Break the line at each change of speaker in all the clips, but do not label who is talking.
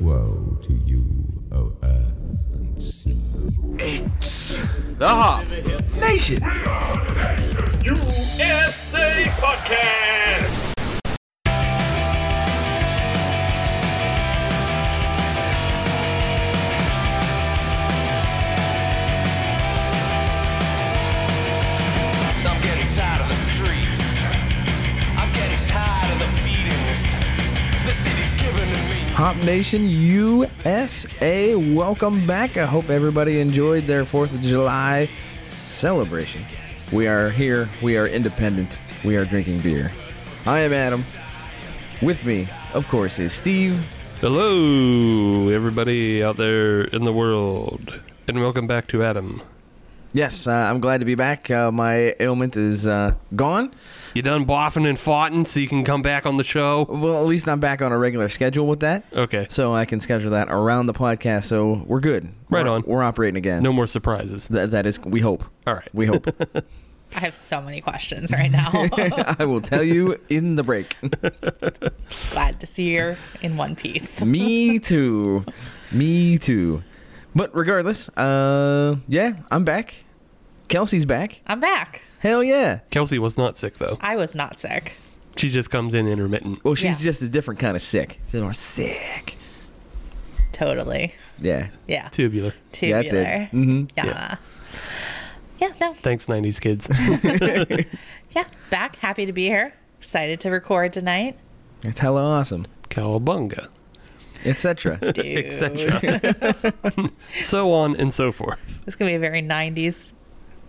Woe to you, O earth and sea.
The Hop Nation.
USA Podcast.
I'm getting tired of the streets. I'm getting tired of the beatings. The city's giving to me.
Hop Nation USA, welcome back. I hope everybody enjoyed their 4th of July celebration. We are here, we are independent, we are drinking beer. I am Adam. With me, of course, is Steve.
Hello, everybody out there in the world, and welcome back to Adam.
Yes, uh, I'm glad to be back. Uh, my ailment is uh, gone.
You done boffing and foughting so you can come back on the show?
Well, at least I'm back on a regular schedule with that.
Okay,
So I can schedule that around the podcast, so we're good.
Right
We're-
on.
We're operating again.
no more surprises.
That, that is, we hope.
All right.
We hope.
I have so many questions right now.
I will tell you in the break.
Glad to see you're in one piece.
Me too. Me too. But regardless, uh, yeah, I'm back. Kelsey's back.
I'm back.
Hell yeah.
Kelsey was not sick though.
I was not sick.
She just comes in intermittent.
Well, she's
Yeah.
just a different kind of sick. She's more sick.
Totally.
Yeah.
Yeah.
Tubular.
Tubular.
That's it. Mm-hmm.
Yeah.
Yeah.
yeah. No.
Thanks, '90s kids.
Yeah. Back. Happy to be here. Excited to record tonight.
It's hella awesome.
Cowabunga,
Etc.
Dude.
etc. so on and so forth.
It's gonna be a very '90s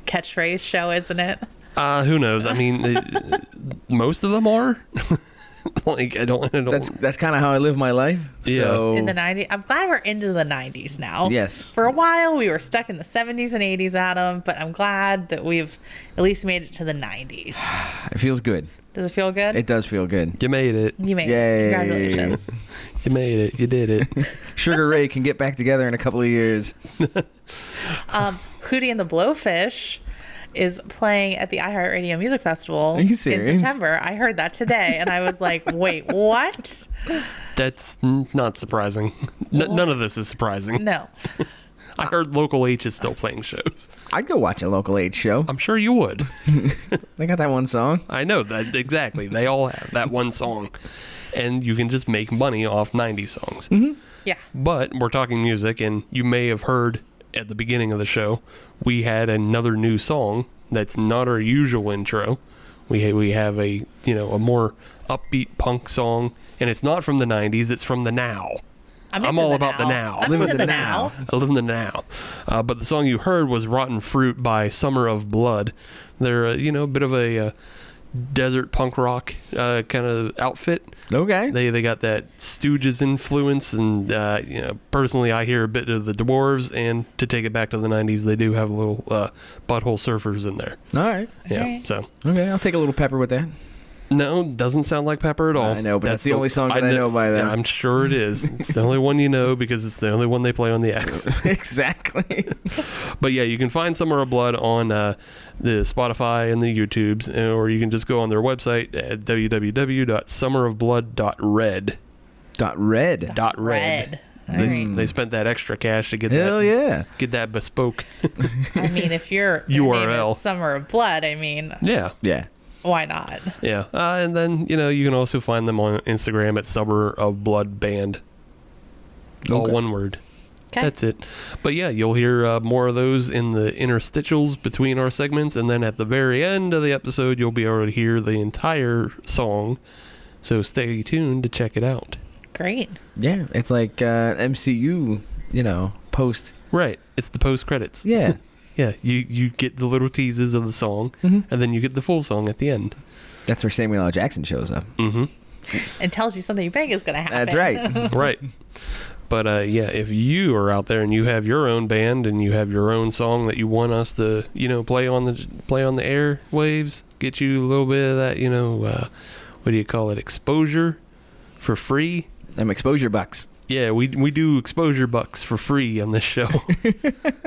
catchphrase show, isn't it?
Uh, who knows? I mean, uh, most of them are. like, I don't. I don't
That's that's kind of how I live my life.
Yeah.
So,
In the '90s. I'm glad we're into the '90s now.
Yes.
For a while, we were stuck in the '70s and '80s, Adam. But I'm glad that we've at least made it to the '90s.
it feels good.
Does it feel good?
It does feel good.
you made it.
You made
Yay.
it. Congratulations.
You made it. You did it.
Sugar Ray can get back together in a couple of years.
Um, Hootie and the Blowfish is playing at the iHeartRadio Music Festival
you
in
serious?
September. I heard that today and I was like, wait, what?
That's n- not surprising. N- none of this is surprising.
No.
I heard Local H is still playing shows.
I'd go watch a local aid show.
I'm sure you would.
They got that one song.
I know that exactly. They all have that one song, and you can just make money off '90s songs.
Yeah.
But we're talking music, and you may have heard at the beginning of the show we had another new song that's not our usual intro. We ha- we have a you know a more upbeat punk song, and it's not from the '90s. It's from the now. I'm
into
all about the now.
I'm
Live
into
in
the
the now.
now.
I live in the now. Uh, but the song you heard was Rotten Fruit by Summer of Blood. They're, uh, you know, a bit of a uh, desert punk rock uh, kind of outfit.
Okay.
They, they got that Stooges influence, and uh, you know, personally, I hear a bit of the Dwarves. And to take it back to the '90s, they do have a little uh, butthole surfers in there.
All right.
Yeah,
Okay.
so
Okay, I'll take a little pepper with that.
no, doesn't sound like Pepper at all.
I know, but that's the only song that I know by them.
I'm sure it is. it's the only one you know because it's the only one they play on the X.
exactly.
But yeah, you can find Summer of Blood on uh, the Spotify and the YouTubes, uh, or you can just go on their website at www.summerofblood.red.
Dot red.
Dot red.
All
They, s-
right.
they spent that extra cash to get
Hell
that
yeah.
get that bespoke.
I mean, if you're
URL.
Summer of Blood, I mean,
yeah,
Yeah.
why not?
yeah. Uh, and then you know you can also find them on Instagram at Summer of Blood Band. All
Okay.
one word.
Okay.
That's it. But yeah, you'll hear uh, more of those in the interstitials between our segments, and then at the very end of the episode, you'll be able to hear the entire song. So stay tuned to check it out.
Great.
Yeah. It's like uh, MCU, you know, post.
Right, it's the post credits.
Yeah.
yeah. You you get the little teases of the song,
Mm-hmm.
and then you get the full song at the end. Mm-hmm.
That's where Samuel L. Jackson shows up.
And tells you something big is going to happen.
That's right.
right. But uh, yeah, if you are out there and you have your own band and you have your own song that you want us to, you know, play on the play on the airwaves, get you a little bit of that, you know, uh, what do you call it, exposure for free?
Them exposure bucks.
Yeah, we we do exposure bucks for free on this show,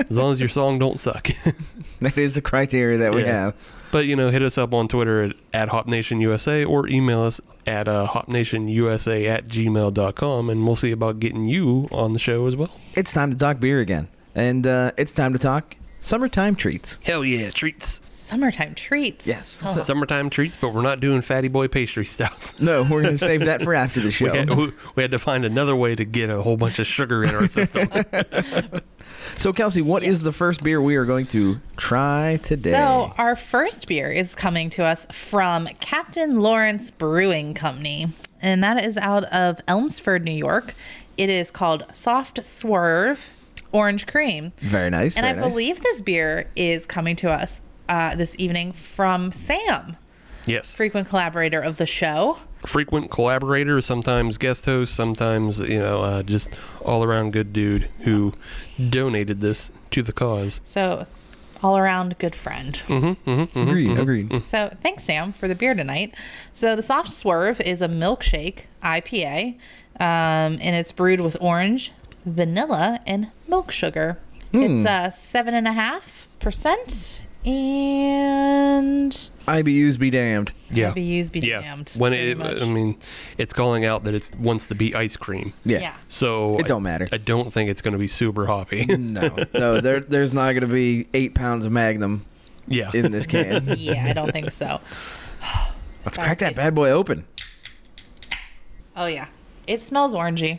as long as your song don't suck.
That is a criteria that we
Yeah.
have.
But you know, hit us up on Twitter at, at Hop Nation USA or email us at uh, hopnationusa at gmail.com and we'll see about getting you on the show as well.
It's time to talk beer again, and uh, it's time to talk summertime treats.
Hell yeah, treats.
Summertime treats.
Yes.
Oh,
Summertime treats, but we're not doing fatty boy pastry stouts.
No, we're gonna save that for after the
We
show.
had, we, we had to find another way to get a whole bunch of sugar in our system.
So, Kelsey, what is the first beer we are going to try today?
So our first beer is coming to us from Captain Lawrence Brewing Company, and that is out of Elmsford, New York. It is called Soft Swerve Orange Cream.
very nice.
And I
very nice.
believe this beer is coming to us uh, this evening from Sam,
yes.
frequent collaborator of the show.
Frequent collaborator, sometimes guest host, sometimes, you know, uh, just all around good dude who donated this to the cause.
So, all around good friend.
agreed. Agreed.
So, thanks, Sam, for the beer tonight. So, the Soft Swerve is a milkshake IPA, um, and it's brewed with orange, vanilla, and milk sugar.
Hmm.
It's uh, seven and a half percent, and
IBUs be damned.
Yeah.
IBUs be damned,
When
pretty
it, uh, um,
much.
I mean, it's calling out that it wants to be ice cream.
Yeah.
yeah.
So
It don't
I-
matter.
I don't think it's going to be super hoppy.
No, no, there, there's not going to be eight pounds of Magnum
yeah.
in this can.
yeah, I don't think so.
Let's crack that bad boy open.
Oh, yeah. It smells orangey.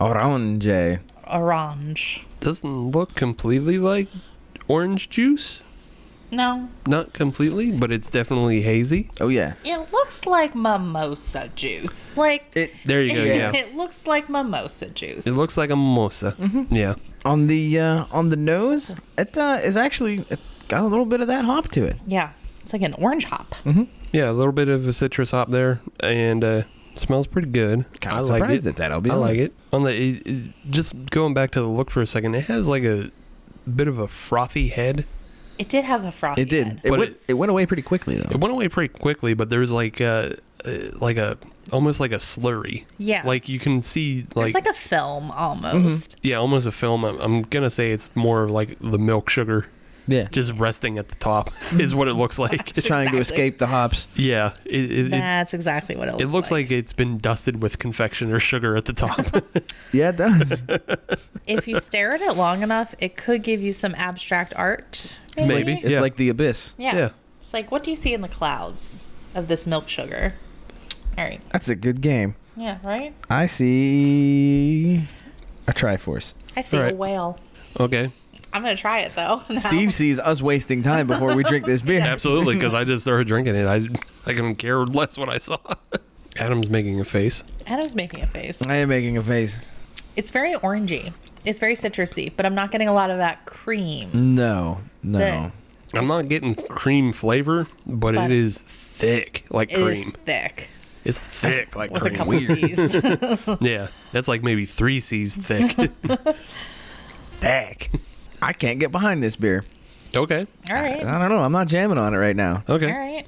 Orange. Oh,
Orange.
Doesn't look completely like orange juice.
No,
Not completely, but it's definitely hazy.
Oh, yeah.
it looks like mimosa juice. Like
It
There you go.
Yeah.
Yeah.
it looks like mimosa juice.
It looks like a mimosa.
Mm-hmm.
Yeah.
on the uh, on the nose. It uh, is actually it got a little bit of that hop to it.
yeah, it's like an orange hop.
Mm-hmm. Yeah, a little bit of a citrus hop there, and uh, smells pretty good.
Kinda
I like
surprised
it.
at that, I'll be
I like
honest.
it. On the it, it- just going back to the look for a second, it has like a bit of a frothy head.
It did have a frothy.
It did.
end.
It
But
went, it,
it-
went away pretty quickly though.
It went away pretty quickly, but there's like a, uh, like a almost like a slurry.
Yeah.
Like you can see like, Mm-hmm.
It's like a film almost.
yeah, almost a film. I'm, I'm gonna say it's more of like the milk sugar
yeah, just
just resting at the top is what it looks like.
trying to
Exactly.
escape the hops.
yeah, it it, it,
That's exactly what it looks.
it looks like. it's been dusted with confectioner sugar at the top.
Yeah, it does.
if you stare at it long enough, it could give you some abstract art.
Maybe.
it's
Yeah.
like the abyss.
Yeah.
Yeah.
It's like what do you see in the clouds of this milk sugar? All right.
That's a good game.
Yeah. Right.
I see a Triforce.
I see a
Alright.
whale.
okay,
I'm gonna try it though. now.
Steve sees us wasting time before we drink this beer.
absolutely, because I just started drinking it. I I couldn't care less what I saw. Adam's making a face.
Adam's making a face.
I am making a face.
It's very orangey. It's very citrusy, but I'm not getting a lot of that cream.
No, no.
The-
I'm not getting cream flavor, but,
But-
it is thick like
It is
cream.
thick
It's thick like
with a
cream.
couple of C's.
Yeah, that's like maybe three C's thick. thick.
I can't get behind this beer.
Okay.
All right.
I don't know. I'm not jamming on it right now.
All
Okay.
right.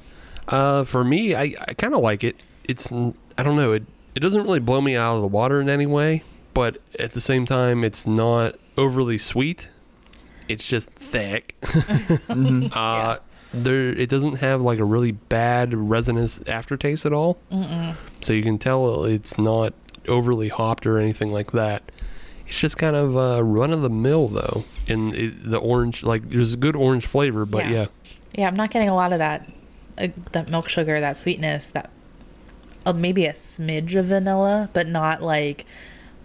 Uh, for me, I, I kind of like it. It's n- I don't know. It it doesn't really blow me out of the water in any way, but at the same time, it's not overly sweet. It's just thick.
Mm-hmm.
uh, there it doesn't have like a really bad resinous aftertaste at all. Mm-mm. So you can tell it's not overly hopped or anything like that. It's just kind of uh, run of the mill though, and it, the orange like there's a good orange flavor, but
Yeah.
yeah.
Yeah, I'm not getting a lot of that, uh, that milk sugar, that sweetness, that uh, maybe a smidge of vanilla, but not like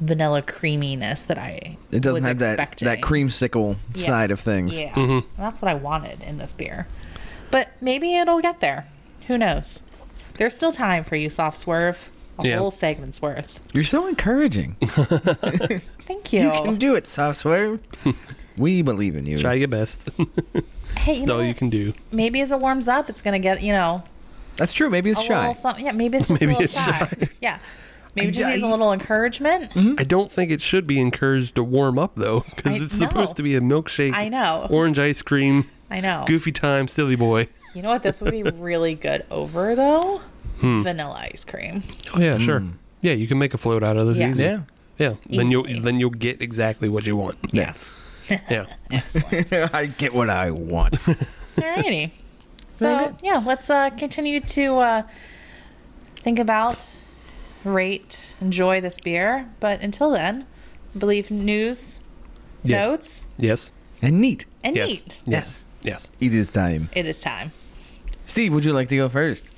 vanilla creaminess that I
It doesn't
was
have that, Mm-hmm.
expecting.
that creamsicle
Yeah.
side of things.
Yeah, that's what I wanted in this beer, but maybe it'll get there. Who knows? There's still time for you, soft swerve. A
Yeah.
whole segment's worth.
You're so encouraging.
Thank you.
You can do it, Soft Swerve. we believe in you.
Try your best.
hey, you
That's
know
all you
what?
can do.
maybe as it warms up, it's gonna get you know
That's true. Maybe it's
a
shy.
little something. Yeah, maybe it's just
Maybe
a little
it's
shy. Yeah, maybe just
I-
needs a little encouragement.
I don't think it should be encouraged to warm up though,
I
because it's
know.
supposed to be a milkshake.
I know. Oh.
Orange ice cream,
I know.
goofy time, silly boy.
You know what? This would be really good over
Hmm.
though. Vanilla ice cream.
Oh yeah, sure. Yeah, you can make a float out of this
Yeah.
easy.
Yeah.
Yeah. Then
Easily.
you'll then you'll get exactly what you want.
Yeah.
Yeah.
I get what I want.
Alrighty. So yeah, let's uh, continue to uh, think about, rate, enjoy this beer. But until then, I believe news,
Yes.
notes,
Yes.
and neat.
and
Yes.
neat.
Yes. Yes.
It is time.
It is time.
Steve, would you like to go first?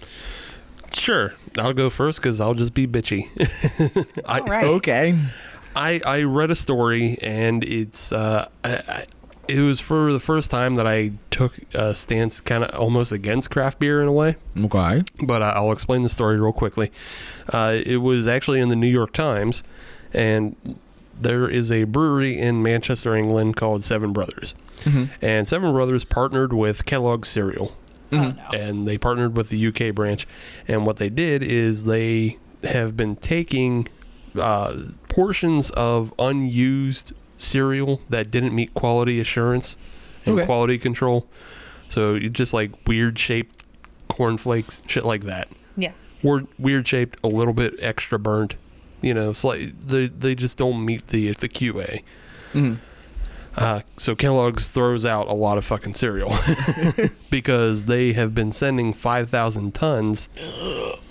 Sure. I'll go first because I'll just be bitchy. I,
All right.
Okay.
I, I read a story and it's uh, I, I, it was for the first time that I took a stance kind of almost against craft beer in a way.
Okay.
but I- I'll explain the story real quickly. Uh, it was actually in the New York Times, and there is a brewery in Manchester, England called Seven Brothers. And Seven Brothers partnered with Kellogg's cereal,
Oh no.
and they partnered with the UK branch. And what they did is they have been taking uh, portions of unused cereal that didn't meet quality assurance and
Okay.
quality control. So you just like weird shaped cornflakes, shit like that.
Yeah.
Weird, weird shaped, a little bit extra burnt. You know, it's like they they just don't meet the the QA. Uh, so Kellogg's throws out a lot of fucking cereal because they have been sending 5,000 tons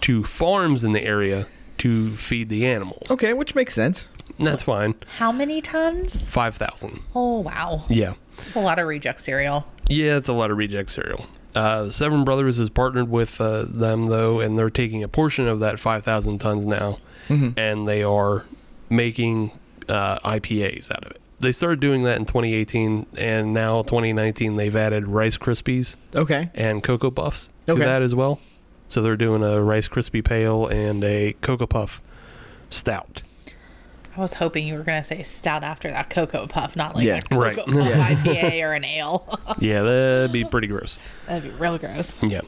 to farms in the area to feed the animals.
Okay, which makes sense.
And that's fine.
How many tons?
5,000.
Oh wow.
Yeah.
It's a lot of reject cereal.
Yeah, it's a lot of reject cereal. Uh, Seven Brothers is partnered with uh, them though, and they're taking a portion of that 5,000 tons now, and they are making uh, IPAs out of it. They started doing that in 2018, and now 2019 they've added Rice Krispies
Okay.
and Cocoa Puffs to
Okay.
that as well. So they're doing a Rice Krispie Pale and a Cocoa Puff Stout.
I was hoping you were gonna say stout after that cocoa puff, not like
Yeah.
a cocoa
Right.
puff IPA or an ale.
Yeah, that'd be pretty gross.
That'd be real gross.
Yeah,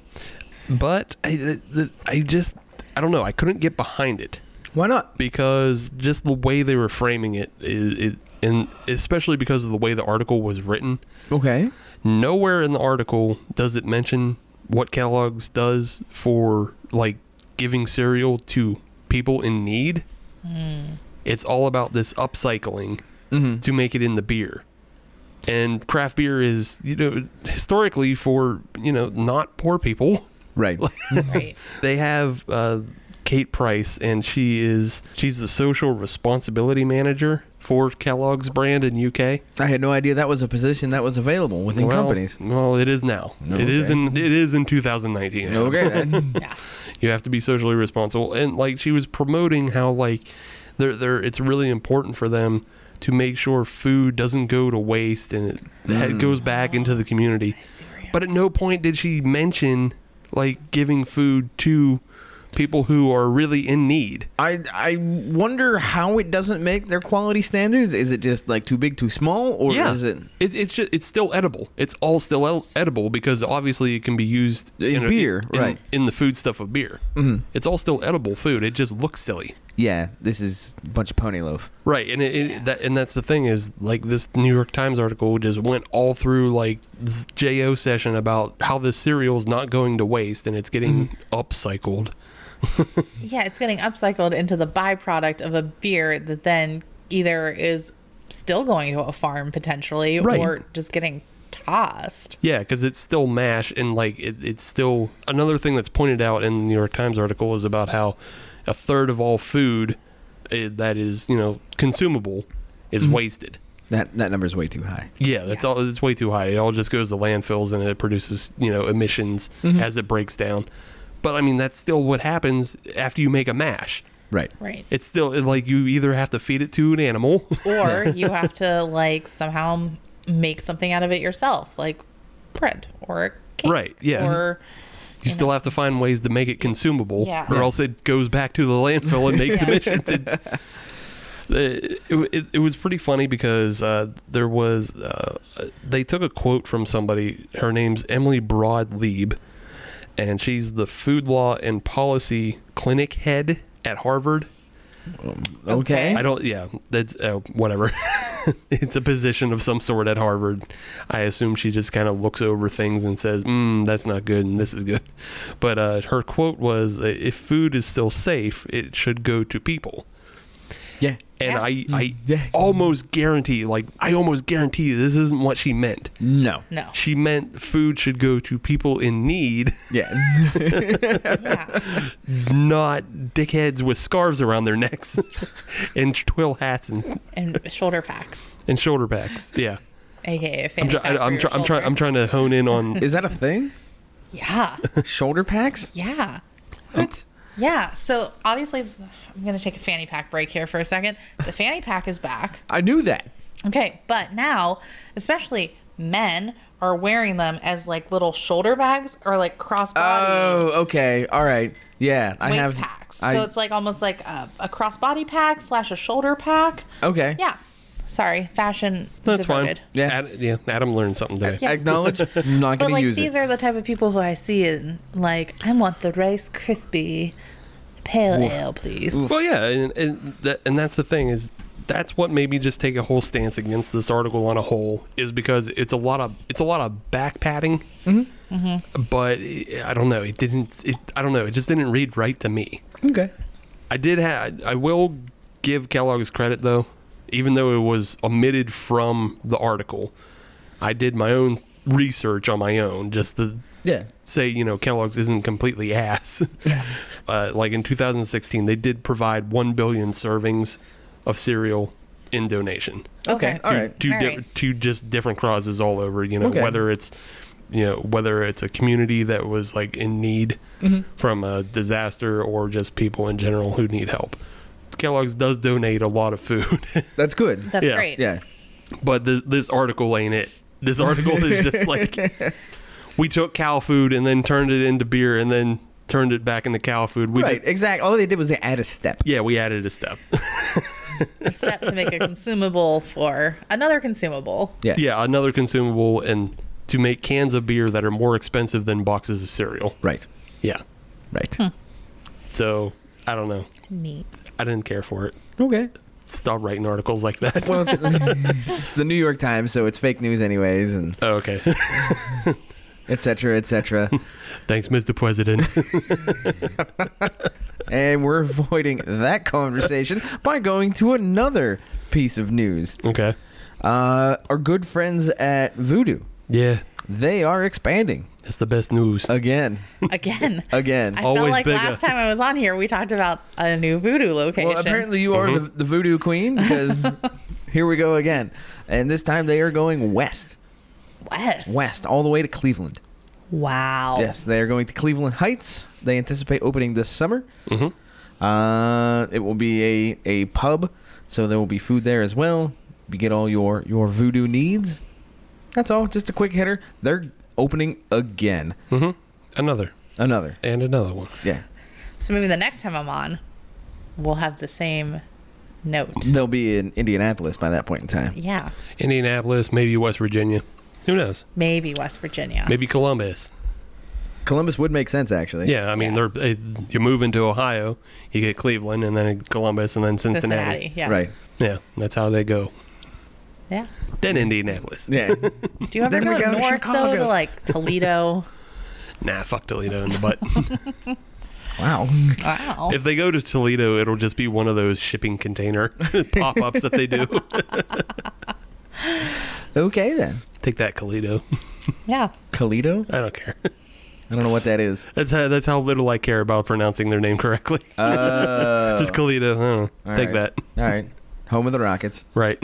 but I, the, the, I just, I don't know. I couldn't get behind it.
Why not?
because just the way they were framing it is it and especially because of the way the article was written
Okay.
nowhere in the article does it mention what kellogg's does for like giving cereal to people in need it's all about this upcycling
Mm-hmm.
to make it in the beer and craft beer is you know historically for you know not poor people
Right.
Right.
they have uh, Kate Price, and she is she's the social responsibility manager for Kellogg's brand in UK.
I had no idea that was a position that was available within
well,
companies.
Well, it is now. It is
Okay.
in it is in 2019. Adam.
Okay. then.
Yeah.
you have to be socially responsible, and like she was promoting how like they're, they're it's really important for them to make sure food doesn't go to waste and it,
Mm.
it goes back into the community.
Cereal.
But at no point did she mention like giving food to people who are really in need.
I I wonder how it doesn't make their quality standards. Is it just like too big, too small, or
yeah.
is it
It's it's just, it's still edible. It's all still el- edible because obviously it can be used
In
a-
beer,
in,
right.
In the food stuff of beer, mm-hmm. it's all still edible food. It just looks silly,
Yeah, this is a bunch of pony loaf.
right? And it, it- that and that's the thing is like this New York Times article just went all through like this Jo session about how this cereal is not going to waste and it's getting
Mm-hmm.
upcycled.
Yeah, it's getting upcycled into the byproduct of a beer that then either is still going to a farm potentially
Right.
or just getting tossed.
Yeah, because it's still mash, and like it, it's still another thing that's pointed out in the New York Times article is about how a third of all food eh, that is you know consumable is wasted.
That that number's way too high.
Yeah, that's
Yeah.
all. It's way too high. It all just goes to landfills, and it produces you know emissions as it breaks down. But I mean, that's still what happens after you make a mash.
Right.
Right.
It's still it- like you either have to feed it to an animal.
Or you have to like somehow m- make something out of it yourself, like bread or cake.
Right, yeah.
Or
You still have to find ways to make it consumable,
Yeah.
or
Yeah.
else it goes back to the landfill and makes
Yeah.
emissions. It, it, it, it was pretty funny because uh, there was uh, they took a quote from somebody. Her name's Emily Broadlieb, and she's the food law and policy clinic head at Harvard.
Okay.
I don't. Yeah, that's uh, whatever. it's a position of some sort at Harvard. I assume she just kind of looks over things and says, mm, "That's not good," and "This is good." But uh, her "Uh, quote was, "If food is still safe, it should go to people."
Yeah.
and
Yeah.
I I
Yeah.
almost guarantee, like I almost guarantee this isn't what she meant.
No.
No.
She meant food should go to people in need,
Yeah.
Yeah.
not dickheads with scarves around their necks and twill hats and,
And shoulder packs,
and shoulder packs. Yeah.
aka a
I'm, try- I- I'm, try- I'm, try- I'm trying to hone in on
Is that a thing?
Yeah.
Shoulder packs?
Yeah.
What?
Yeah. So obviously, I'm going to take a fanny pack break here for a second. The fanny pack is back.
I knew that.
Okay, but now, especially men are wearing them as like little shoulder bags or like crossbody
Oh, okay. All right. Yeah, I
waist
have
packs.
I-
so it's like almost like a, a crossbody pack slash a shoulder pack.
okay.
Yeah. Sorry, fashion.
That's
devoted.
fine.
Yeah.
Ad- yeah. Adam learned something today.
Yeah.
Acknowledge. I'm not
But
gonna
like
use
these
it.
are the type of people who I see in like I want the Rice crispy pale ale, please.
Well, yeah, and and, that, and that's the thing is that's what made me just take a whole stance against this article on a whole is because it's a lot of it's a lot of back patting,
Mm-hmm.
but it, I don't know. It didn't. It, I don't know. It just didn't read right to me.
okay.
I did have. I will give Kellogg's credit though, even though it was omitted from the article. I did my own research on my own just to
Yeah.
say you know Kellogg's isn't completely ass. uh, like in 2016, they did provide one billion servings of cereal in donation
Okay. Oh, All
to
right.
to,
All
di-
right.
to just different causes all over. You know
Okay.
whether it's you know whether it's a community that was like in need
Mm-hmm.
from a disaster or just people in general who need help. Kellogg's does donate a lot of food,
That's good.
That's
Yeah.
great.
yeah.
but this, this article ain't it. This article is just like we took cow food and then turned it into beer and then turned it back into cow food. We
Right.
did,
Exactly. All they did was they add a step.
yeah, we added a step.
A step to make a consumable for another consumable.
Yeah.
yeah, another consumable and to make cans of beer that are more expensive than boxes of cereal.
Right.
Yeah.
Right.
So I don't know.
Neat.
I didn't care for it.
Hmm.
Okay.
Stop writing articles like that.
Well, it's, it's the New York Times, so it's fake news, anyways, and
Oh, okay.
et cetera, et cetera.
Thanks, Mr. President.
and we're avoiding that conversation by going to another piece of news.
okay.
Uh, our good friends at Voodoo,
Yeah,
they are expanding
that's the best news.
again,
Again.
again.
I felt
Always
like
bigger.
last time I was on here, we talked about a new voodoo location.
Well, apparently you are the, the Voodoo Queen because here we go again, and this time they are going west,
West.
west, all the way to Cleveland.
Wow.
Yes, they are going to Cleveland Heights. They anticipate opening this summer. Mm-hmm. Uh, it will be a, a pub, so there will be food there as well. You get all your your voodoo needs. That's all. Just a quick hitter. They're opening again.
mm-hmm. Another
Another.
and another one.
Yeah.
So maybe the next time I'm on, we'll have the same note.
They'll be in Indianapolis by that point in time.
Yeah.
Indianapolis, maybe West Virginia. Who knows?
Maybe West Virginia.
Maybe Columbus.
Columbus would make sense actually.
Yeah, I mean,
Yeah.
they're eh, you move into Ohio, you get Cleveland, and then Columbus, and then Cincinnati.
Cincinnati. Yeah.
Right.
Yeah, that's how they go.
Yeah.
Then Indianapolis.
Yeah.
Do you ever
Then we
go,
go to
north though
Chicago.
to like Toledo?
Nah, fuck Toledo in the butt.
wow.
wow.
if they go to Toledo, it'll just be one of those shipping container pop ups that they do.
Okay then.
Take that, Toledo.
yeah.
Calido?
I don't care.
I don't know what that is.
That's how, that's how little I care about pronouncing their name correctly.
Uh,
Just Kalita. Huh?
all
Take that.
right. All right. Home of the Rockets.
Right.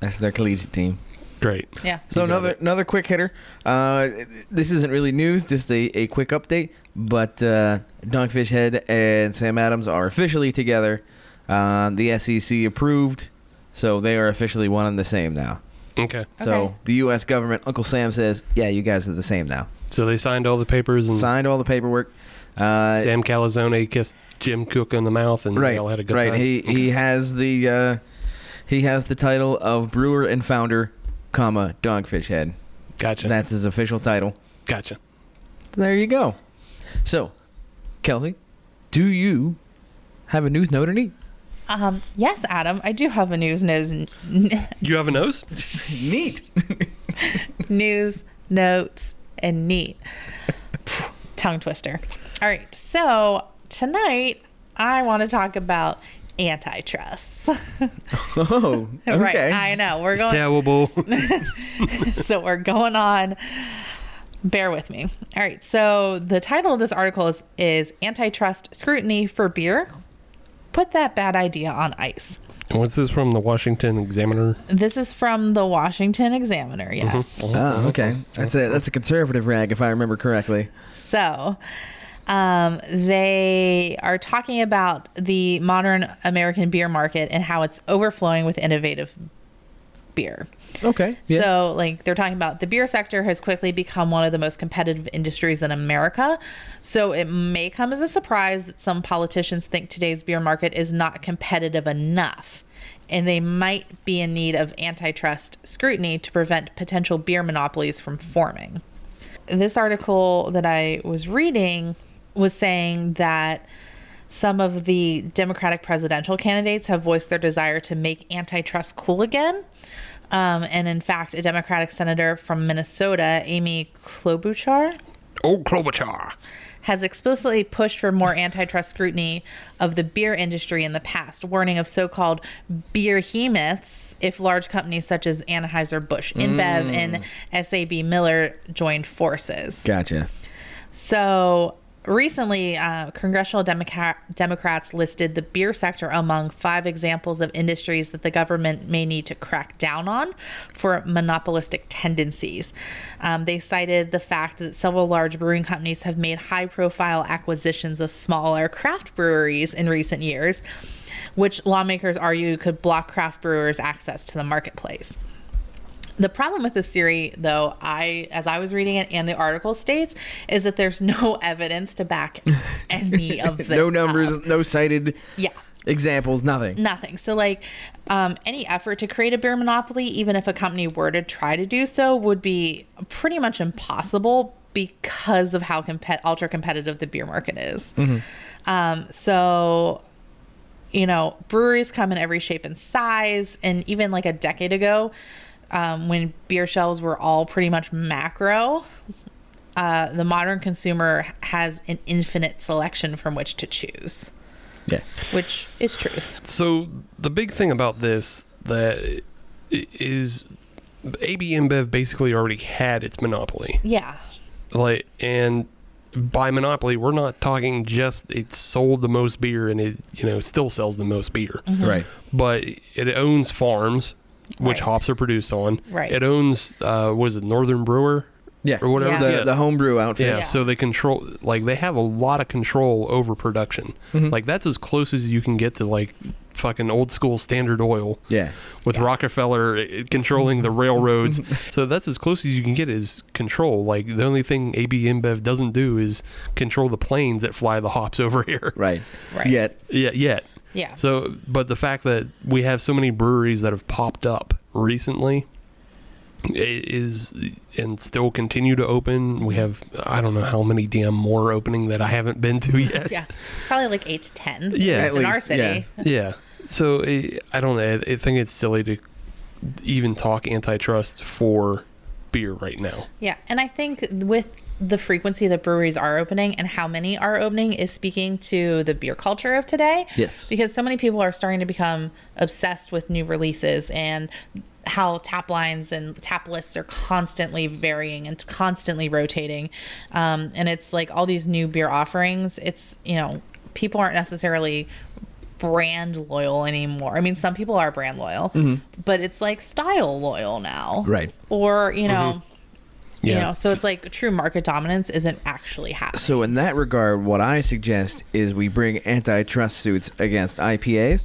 That's their collegiate team.
Great.
Yeah.
So
You got
another
it.
another quick hitter. Uh, this isn't really news, just a, a quick update. But uh, Dunkfish Head and Sam Adams are officially together. Uh, the SEC approved, so they are officially one and the same now.
Okay.
Okay.
So the U.S. government, Uncle Sam says, "Yeah, you guys are the same now."
So they signed all the papers and
Signed all the paperwork. Uh,
Sam Calzone kissed Jim Cook in the mouth and they all had a good
right.
time.
He he has the uh, he has the title of brewer and founder, comma Dogfish Head.
Gotcha.
That's his official title.
gotcha.
There you go. So, Kelsey, do you have a news note or need?
Um, yes, Adam, I do have a news news
You have a nose?
Neat.
news, notes, and neat. Tongue twister. All right. So tonight I want to talk about antitrust.
Oh, okay.
right. I know. We're going
Terrible.
so we're going on. Bear with me. All right. So the title of this article is, is Antitrust Scrutiny for Beer. Put that bad idea on ice.
What's this from the Washington Examiner?
This is from the Washington Examiner. Yes.
Oh, okay. That's a that's a conservative rag, if I remember correctly.
So um, they are talking about the modern American beer market and how it's overflowing with innovative beer.
Okay.
So, like, they're talking about the beer sector has quickly become one of the most competitive industries in America. So, it may come as a surprise that some politicians think today's beer market is not competitive enough. And they might be in need of antitrust scrutiny to prevent potential beer monopolies from forming. This article that I was reading was saying that some of the Democratic presidential candidates have voiced their desire to make antitrust cool again. Um, and in fact, a Democratic senator from Minnesota, Amy Klobuchar,
Oh, Klobuchar.
has explicitly pushed for more antitrust scrutiny of the beer industry in the past, warning of so-called beer hemoths if large companies such as Anheuser-Busch InBev and SAB Miller joined forces.
Gotcha.
So recently, uh, congressional Democrat, Democrats listed the beer sector among five examples of industries that the government may need to crack down on for monopolistic tendencies. Um, they cited the fact that several large brewing companies have made high profile acquisitions of smaller craft breweries in recent years, which lawmakers argue could block craft brewers' access to the marketplace. The problem with this theory, though, I as I was reading it and the article states, is that there's no evidence to back any of this.
no numbers,
up.
no cited
Yeah.
examples, nothing.
Nothing. So, like, um, any effort to create a beer monopoly, even if a company were to try to do so, would be pretty much impossible because of how compet- ultra competitive the beer market is. Um, so, you know, breweries come in every shape and size. And even like a decade ago, um, when beer shelves were all pretty much macro, uh, the modern consumer has an infinite selection from which to choose,
Yeah.
which is truth.
So the big thing about this that i- is AB InBev basically already had its monopoly.
Yeah.
Like, and by monopoly, we're not talking just it sold the most beer and it you know still sells the most beer,
Mm-hmm.
Right.
but it owns farms, which
Right.
hops are produced on.
Right.
It owns uh, was it Northern Brewer
Yeah.
or whatever
Yeah.
The, the homebrew outfit.
yeah,
Yeah.
so they control like they have a lot of control over production. Like that's as close as you can get to like fucking old school standard oil.
Yeah.
With Rockefeller uh, controlling the railroads. so that's as close as you can get is control. Like the only thing AB InBev doesn't do is control the planes that fly the hops over here.
Right.
Right.
Yet.
Yeah, yet.
Yeah.
So, but the fact that we have so many breweries that have popped up recently i- is and still continue to open. We have I don't know how many damn more opening that I haven't been to yet.
yeah. Probably like eight to 10.
Yeah.
At least in
At
our
least,
city.
Yeah. So I, I don't know. I think it's silly to even talk antitrust for beer right now.
Yeah, and I think with the frequency that breweries are opening and how many are opening is speaking to the beer culture of today.
Yes.
Because so many people are starting to become obsessed with new releases and how tap lines and tap lists are constantly varying and constantly rotating. Um, and it's like all these new beer offerings, it's, you know, people aren't necessarily brand loyal anymore. I mean, some people are brand loyal, but it's like style loyal now.
Mm-hmm. Right.
Or, you know, you
Mm-hmm. Yeah.
know so it's like true market dominance isn't actually happening
So in that regard, what I suggest is we bring antitrust suits against IPAs.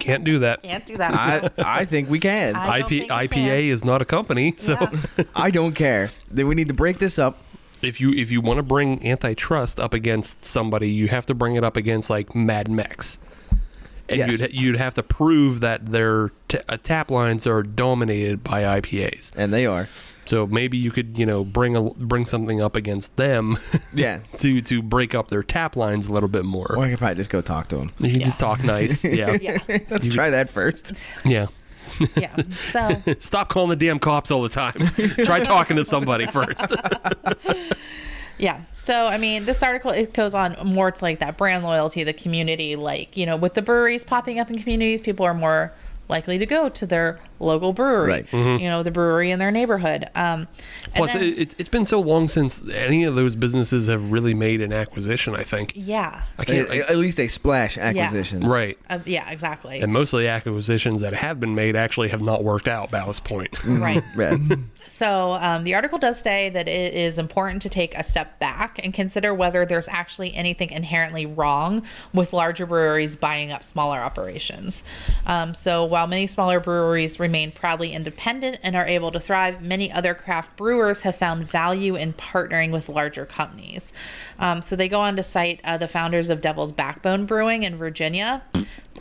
Can't do that.
can't do that
I I think we can. I,
I don't
IP,
think you
IPA
can.
is not a company, so
don't care. Then we need to break this up.
if you if you want to bring antitrust up against somebody, you have to bring it up against like Mad Max, and
Yes.
you'd you'd have to prove that their t- uh, tap lines are dominated by IPAs.
And they are.
So maybe you could you know bring a bring something up against them
Yeah.
to to break up their tap lines a little bit more.
Or I could probably just go talk to them.
you can just talk nice, yeah,
yeah
Let's try that first.
yeah.
yeah so
Stop calling the damn cops all the time. Try talking to somebody first.
Yeah. So, I mean, this article it goes on more to like that brand loyalty, the community, like you know, with the breweries popping up in communities, people are more likely to go to their local brewery.
Right.
You know, the brewery in their neighborhood. Um, and
Mm-hmm. Plus,
then-
it, it's it's been so long since any of those businesses have really made an acquisition. I think
yeah,
I can't. I-
At at least a splash acquisition.
right.
Uh, yeah, exactly.
And most of the acquisitions that have been made actually have not worked out. Ballast Point.
right.
Right.
So um, the article does say that it is important to take a step back and consider whether there's actually anything inherently wrong with larger breweries buying up smaller operations. Um, so while many smaller breweries remain proudly independent and are able to thrive, many other craft brewers have found value in partnering with larger companies. Um, so they go on to cite uh, the founders of Devil's Backbone Brewing in Virginia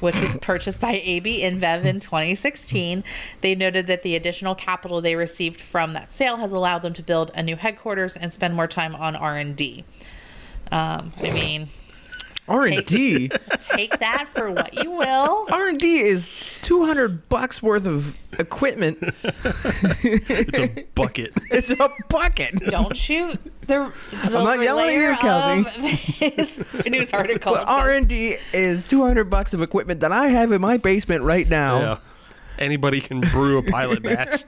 which was purchased by AB InBev in 2016. They noted that the additional capital they received from that sale has allowed them to build a new headquarters and spend more time on R&D. Um, I mean,
R and D.
take that for what you will.
R and D is two hundred bucks worth of equipment.
It's a bucket.
It's a bucket.
Don't shoot the, the
I'm not yelling at you,
layer
Kelsey.
of this news article.
But R and D is two hundred bucks of equipment that I have in my basement right now.
Yeah. Anybody can brew a pilot batch.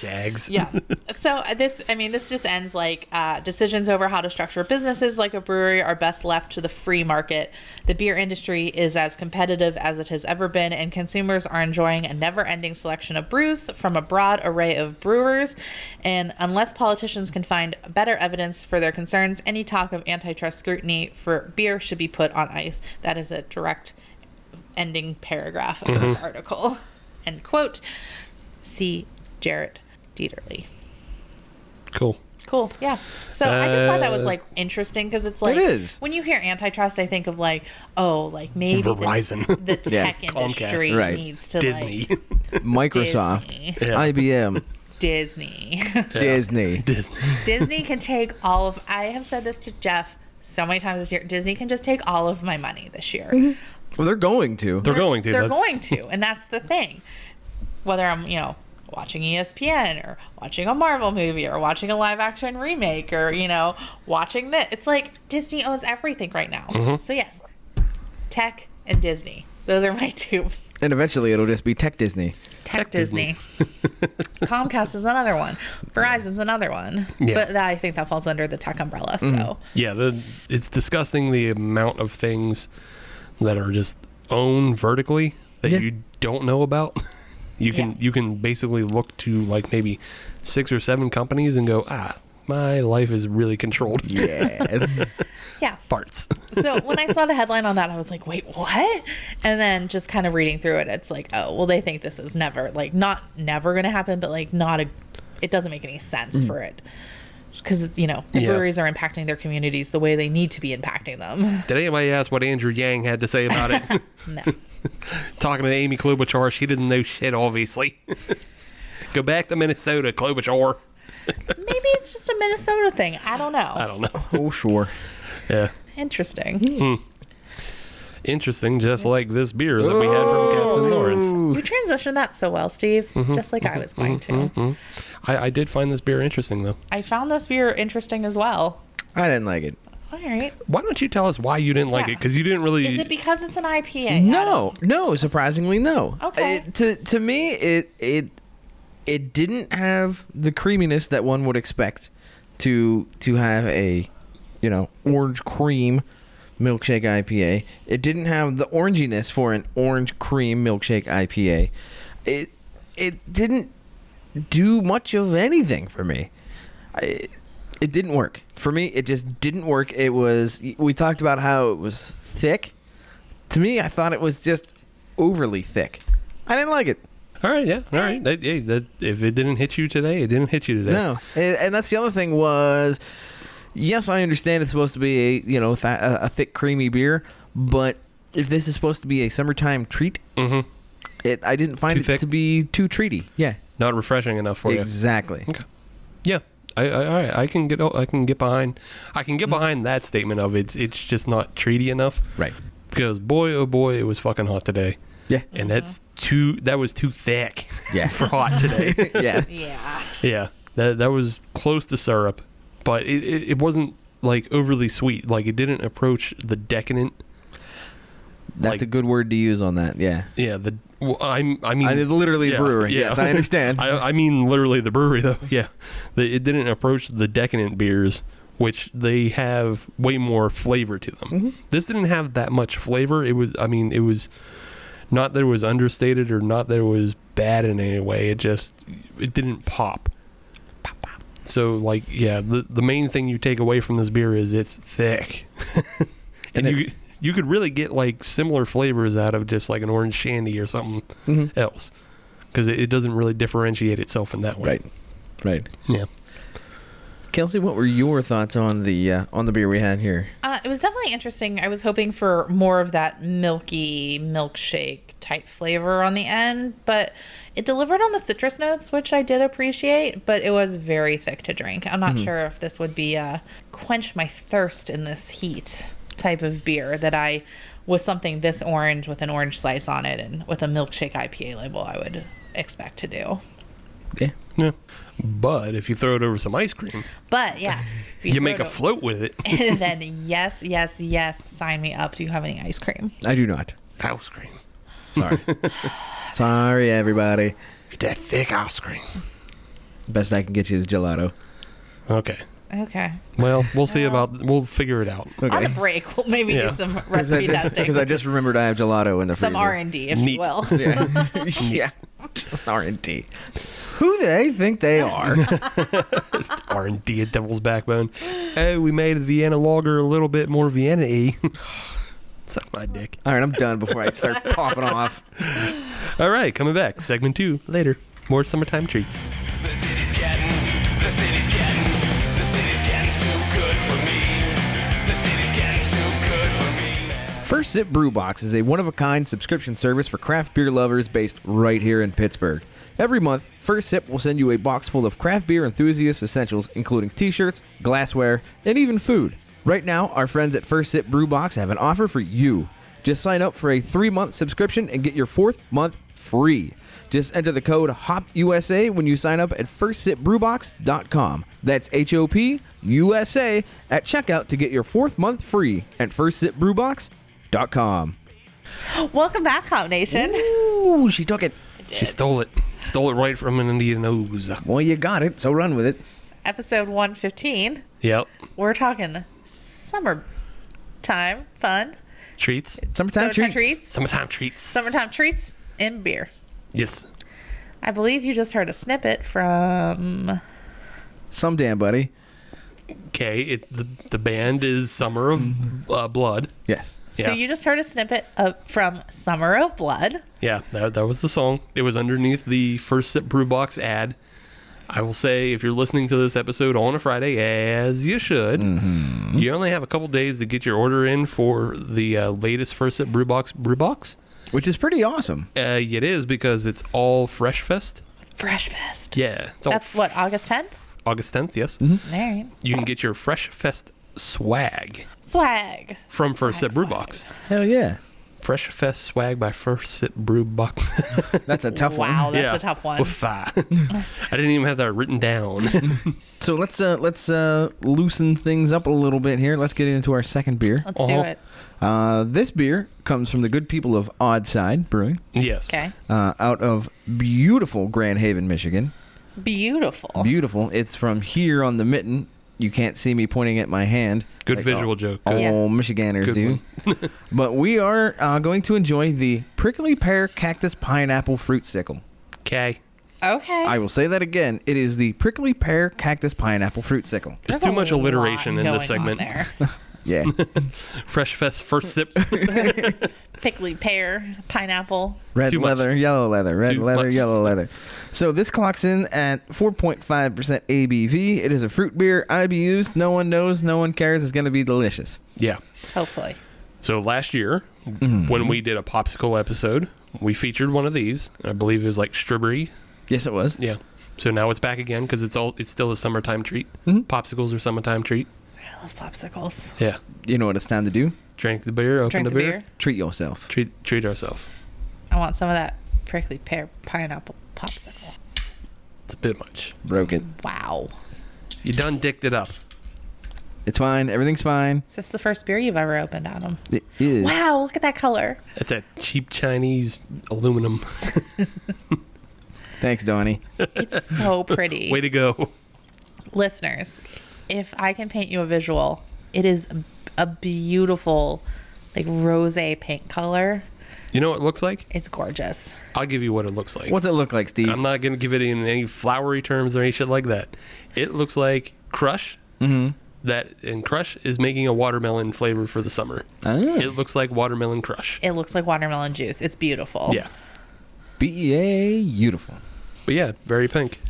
Jags.
yeah so uh, this i mean this just ends like uh, decisions over how to structure businesses like a brewery are best left to the free market the beer industry is as competitive as it has ever been and consumers are enjoying a never-ending selection of brews from a broad array of brewers and unless politicians can find better evidence for their concerns any talk of antitrust scrutiny for beer should be put on ice that is a direct ending paragraph of this article end quote see Jarrett Dieterle.
Cool.
Cool. Yeah. So I just thought that was like interesting because it's like
Uh, is.
when you hear antitrust, I think of like, oh, like maybe the-
Verizon.
the,
Yeah.
tech
Comcast.
industry
Right.
needs to
Disney.
like
Microsoft,
Disney.
Yeah.
IBM,
Disney.
Disney.
Disney.
Disney can take all of. I have said this to Jeff so many times this year. Disney can just take all of my money this year.
Well, they're going to.
They're going to.
They're
that's-
going to, and that's the thing. Whether I'm, you know, watching E ESPN or watching a Marvel movie or watching a live action remake or you know, watching this, it's like Disney owns everything right now.
Mm-hmm.
So yes, tech and Disney. Those are my two.
And eventually, it'll just be Tech Disney.
Tech,
Disney.
Disney. Comcast is another one. Verizon's another one.
Yeah. Mm-hmm.
But that, I think that falls under the tech umbrella. So
Yeah, the, it's disgusting the amount of things that are just owned vertically that
Yeah.
you don't know about. You can
Yeah.
you can basically look to like maybe six or seven companies and go, ah, my life is really controlled.
Yeah.
yeah.
Farts.
so when I saw the headline on that, I was like, wait, what? And then just kind of reading through it, it's like, oh, well, they think this is never, like, not never going to happen, but like, not a, it doesn't make any sense for it. Because, you know, the
Yeah.
breweries are impacting their communities the way they need to be impacting them.
Did anybody ask what Andrew Yang had to say about it?
No.
Talking to Amy Klobuchar, she didn't know shit, obviously. go back to Minnesota, Klobuchar.
Maybe it's just a Minnesota thing. I don't know.
I don't know.
oh sure.
Yeah.
Interesting.
Hmm. Interesting, just like this beer that we had from Captain Lawrence.
You transitioned that so well, Steve, just like I was going to.
I, I did find this beer interesting, though.
I found this beer interesting as well.
I didn't like it.
All right.
Why don't you tell us why you didn't like it?
Yeah.
Because you didn't really.
Is it because it's an IPA?
No, no, surprisingly, no.
Okay.
It- to to me, it it it didn't have the creaminess that one would expect to to have a you know orange cream milkshake IPA. It didn't have the oranginess for an orange cream milkshake IPA. It it didn't do much of anything for me. I, it didn't work for me. It just didn't work. It was we talked about how it was thick. To me, I thought it was just overly thick. I didn't like it.
all right, yeah, all right. That, yeah, that, if it didn't hit you today, it didn't hit you today.
No, and, and that's the other thing was, yes, I understand it's supposed to be a you know th- a a thick, creamy beer, but if this is supposed to be a summertime treat,
Mhm.
it I didn't find
Too
it
thick?
to be too treaty. Yeah,
not refreshing enough for you.
exactly.
Yeah. I, I, all right, I can get o- I can get behind I can get behind that statement of it's it's just not treaty enough
Mm-hmm. Right.
because boy oh boy it was fucking hot today
Yeah.
and that's too that was too thick
Yeah.
for hot today
yeah.
Yeah.
yeah that that was close to syrup but it, it, it wasn't like overly sweet. Like it didn't approach the decadent.
That's
Like-
a good word to use on that. Yeah.
Yeah, the well, I'm I mean
I mean, literally the brewery. Yes, I understand.
Mm. I, I mean literally the brewery though. Yeah, The- it didn't approach the decadent beers, which they have way more flavor to them.
Mm-hmm.
This didn't have that much flavor. It was I mean it was not that it was understated or not that it was bad in any way. It just it didn't pop. So like yeah, the the main thing you take away from this beer is it's thick, and,
And
you you could really get like similar flavors out of just like an orange shandy or something else, because it, it doesn't really differentiate itself in that way.
Right. Right.
Yeah.
Kelsey, what were your thoughts on the uh, on the beer we had here?
Uh, it was definitely interesting. I was hoping for more of that milky milkshake type flavor on the end, but it delivered on the citrus notes, which I did appreciate, but it was very thick to drink. I'm
Mm-hmm.
not sure if this would be a quench my thirst in this heat type of beer that I was something this orange with an orange slice on it and with a milkshake IPA label I would expect to do.
Yeah.
Yeah. But if you throw it over some ice cream,
But yeah, if
you make
throw
a
it-
float with it.
then yes, yes, yes, sign me up. Do you have any ice cream?
I do not.
ice cream.
Sorry. Sorry, everybody.
Get that thick ice cream.
Best I can get you is gelato.
Okay.
Okay.
Well, we'll see about we'll figure it out.
on a break we'll maybe
Yeah.
do some
Because I,
recipe
just-
testing
'cause I just remembered I have gelato in the
some
freezer.
r&d if
Neat.
you will
Yeah. yeah. R and D. Who they think they are?
R and D at Devil's Backbone. Oh, we made Vienna Lager a little bit more Vienna y. Suck my dick.
All right, I'm done before I start popping off.
All right, coming back. Segment two later. More summertime treats.
The city's getting, the city's getting, the city's getting too good for me. The city's getting too good for me.
First Sip Brew Box is a one of a kind subscription service for craft beer lovers based right here in Pittsburgh. Every month, First Sip will send you a box full of craft beer enthusiast essentials, including t shirts, glassware, and even food. Right now, our friends at First Sip Brew Box have an offer for you. Just sign up for a three month subscription and get your fourth month free. Just enter the code HOPUSA when you sign up at firstsipbrewbox.com. That's H O P U S A at checkout to get your fourth month free at firstsipbrewbox.com.
welcome back hop nation
Ooh, she took it.
She stole it. Stole it right from an Indian ooze.
Well, you got it, so run with it.
episode 115
Yep.
we're talking summer time fun
Treats.
Summertime
summertime
treats.
treats
Summertime treats.
summertime treats and beer
Yes.
i believe you just heard a snippet from
Some damn buddy.
Okay. It, the the band is Summer of uh, Blood.
Yes.
Yeah.
so you just heard a snippet of, from summer of blood
Yeah, that, that was the song. It was underneath the first sip brew box ad. I will say, if you're listening to this episode on a Friday, as you should, you only have a couple days to get your order in for the uh, latest first sip brew box. Brew box?
Which is pretty awesome.
Uh, it is because it's all Fresh Fest.
fresh fest
Yeah, it's all
that's what august 10th
August 10th. Yes,
all right
you can get your Fresh Fest swag
swag
from First
Swag,
Sip Brew
swag.
Box.
Hell yeah.
Fresh Fest swag by First Sip Brew Box.
That's a tough one.
wow that's a tough one
Woofa. I didn't even have that written down.
So let's uh let's uh loosen things up a little bit here. Let's get into our second beer.
let's do
Uh-huh.
it
Uh, this beer comes from the good people of Oddside Brewing,
yes.
okay
uh, out of beautiful Grand Haven, Michigan.
Beautiful.
Beautiful. It's from here on the mitten. You can't see me pointing at my hand.
Good
Like
visual
all-
joke.
All
Good.
Yeah.
Michiganders
Good
do. but we are uh, going to enjoy the prickly pear cactus pineapple fruit sickle.
Okay.
okay.
I will say that again. It is the prickly pear cactus pineapple fruit sickle.
There's too
There's a
much
lot
alliteration in this
going on
segment.
there.
Yeah.
Fresh Fest first sip.
Pickly pear, pineapple.
Red
Too much.
leather, yellow leather, red
Too
leather,
much.
yellow leather. So this clocks in at 4.5% ABV. It is a fruit beer, IBUs. No one knows, no one cares. It's going to be delicious.
yeah.
Hopefully.
So last year, when we did a popsicle episode, we featured one of these. I believe it was like strawberry.
Yes, it was.
Yeah. So now it's back again because it's all it's still a summertime treat. Popsicles are summertime treat.
I love popsicles.
Yeah.
You know what it's time to do?
Drink the beer. Open
Drink
the,
the
beer.
beer.
Treat yourself.
Treat treat ourselves.
I want some of that prickly pear, pineapple popsicle.
It's a bit much.
Broke it.
Wow.
You done dicked it up.
It's fine. Everything's fine.
Is this the first beer you've ever opened, Adam?
It is.
Wow, look at that color.
It's that cheap Chinese aluminum.
Thanks, Donnie.
It's so pretty.
Way to go.
Listeners, if I can paint you a visual, it is a beautiful, like rose paint color.
You know what it looks like?
It's gorgeous.
I'll give you what it looks like.
What's it look like, Steve?
I'm not going to give it in any flowery terms or any shit like that. It looks like Crush. Mm-hmm. That and Crush is making a watermelon flavor for the summer.
Ah,
It looks like watermelon Crush.
It looks like watermelon juice. It's beautiful.
Yeah,
BEA, E beautiful.
but yeah, very pink.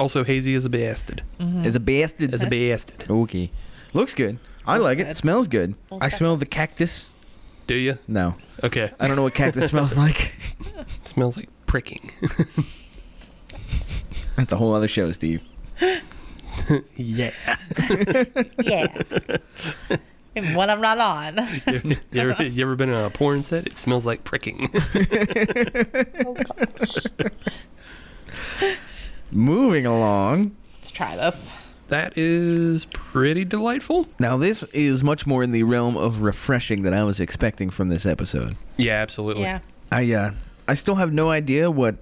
Also hazy as a bastard.
It's a bastard.
As a bastard.
okay. Looks good. I like it.
good.
Smells good. I
good.
smell the cactus.
Do you?
No.
Okay.
I don't know what cactus smells like.
smells like pricking.
That's a whole other show, Steve.
yeah.
Yeah. And when I'm not on.
you, ever, you ever been on a porn set? It smells like pricking.
Moving along.
Let's try this.
that is pretty delightful.
Now, this is much more in the realm of refreshing than I was expecting from this episode.
Yeah, absolutely.
Yeah.
I uh, I still have no idea what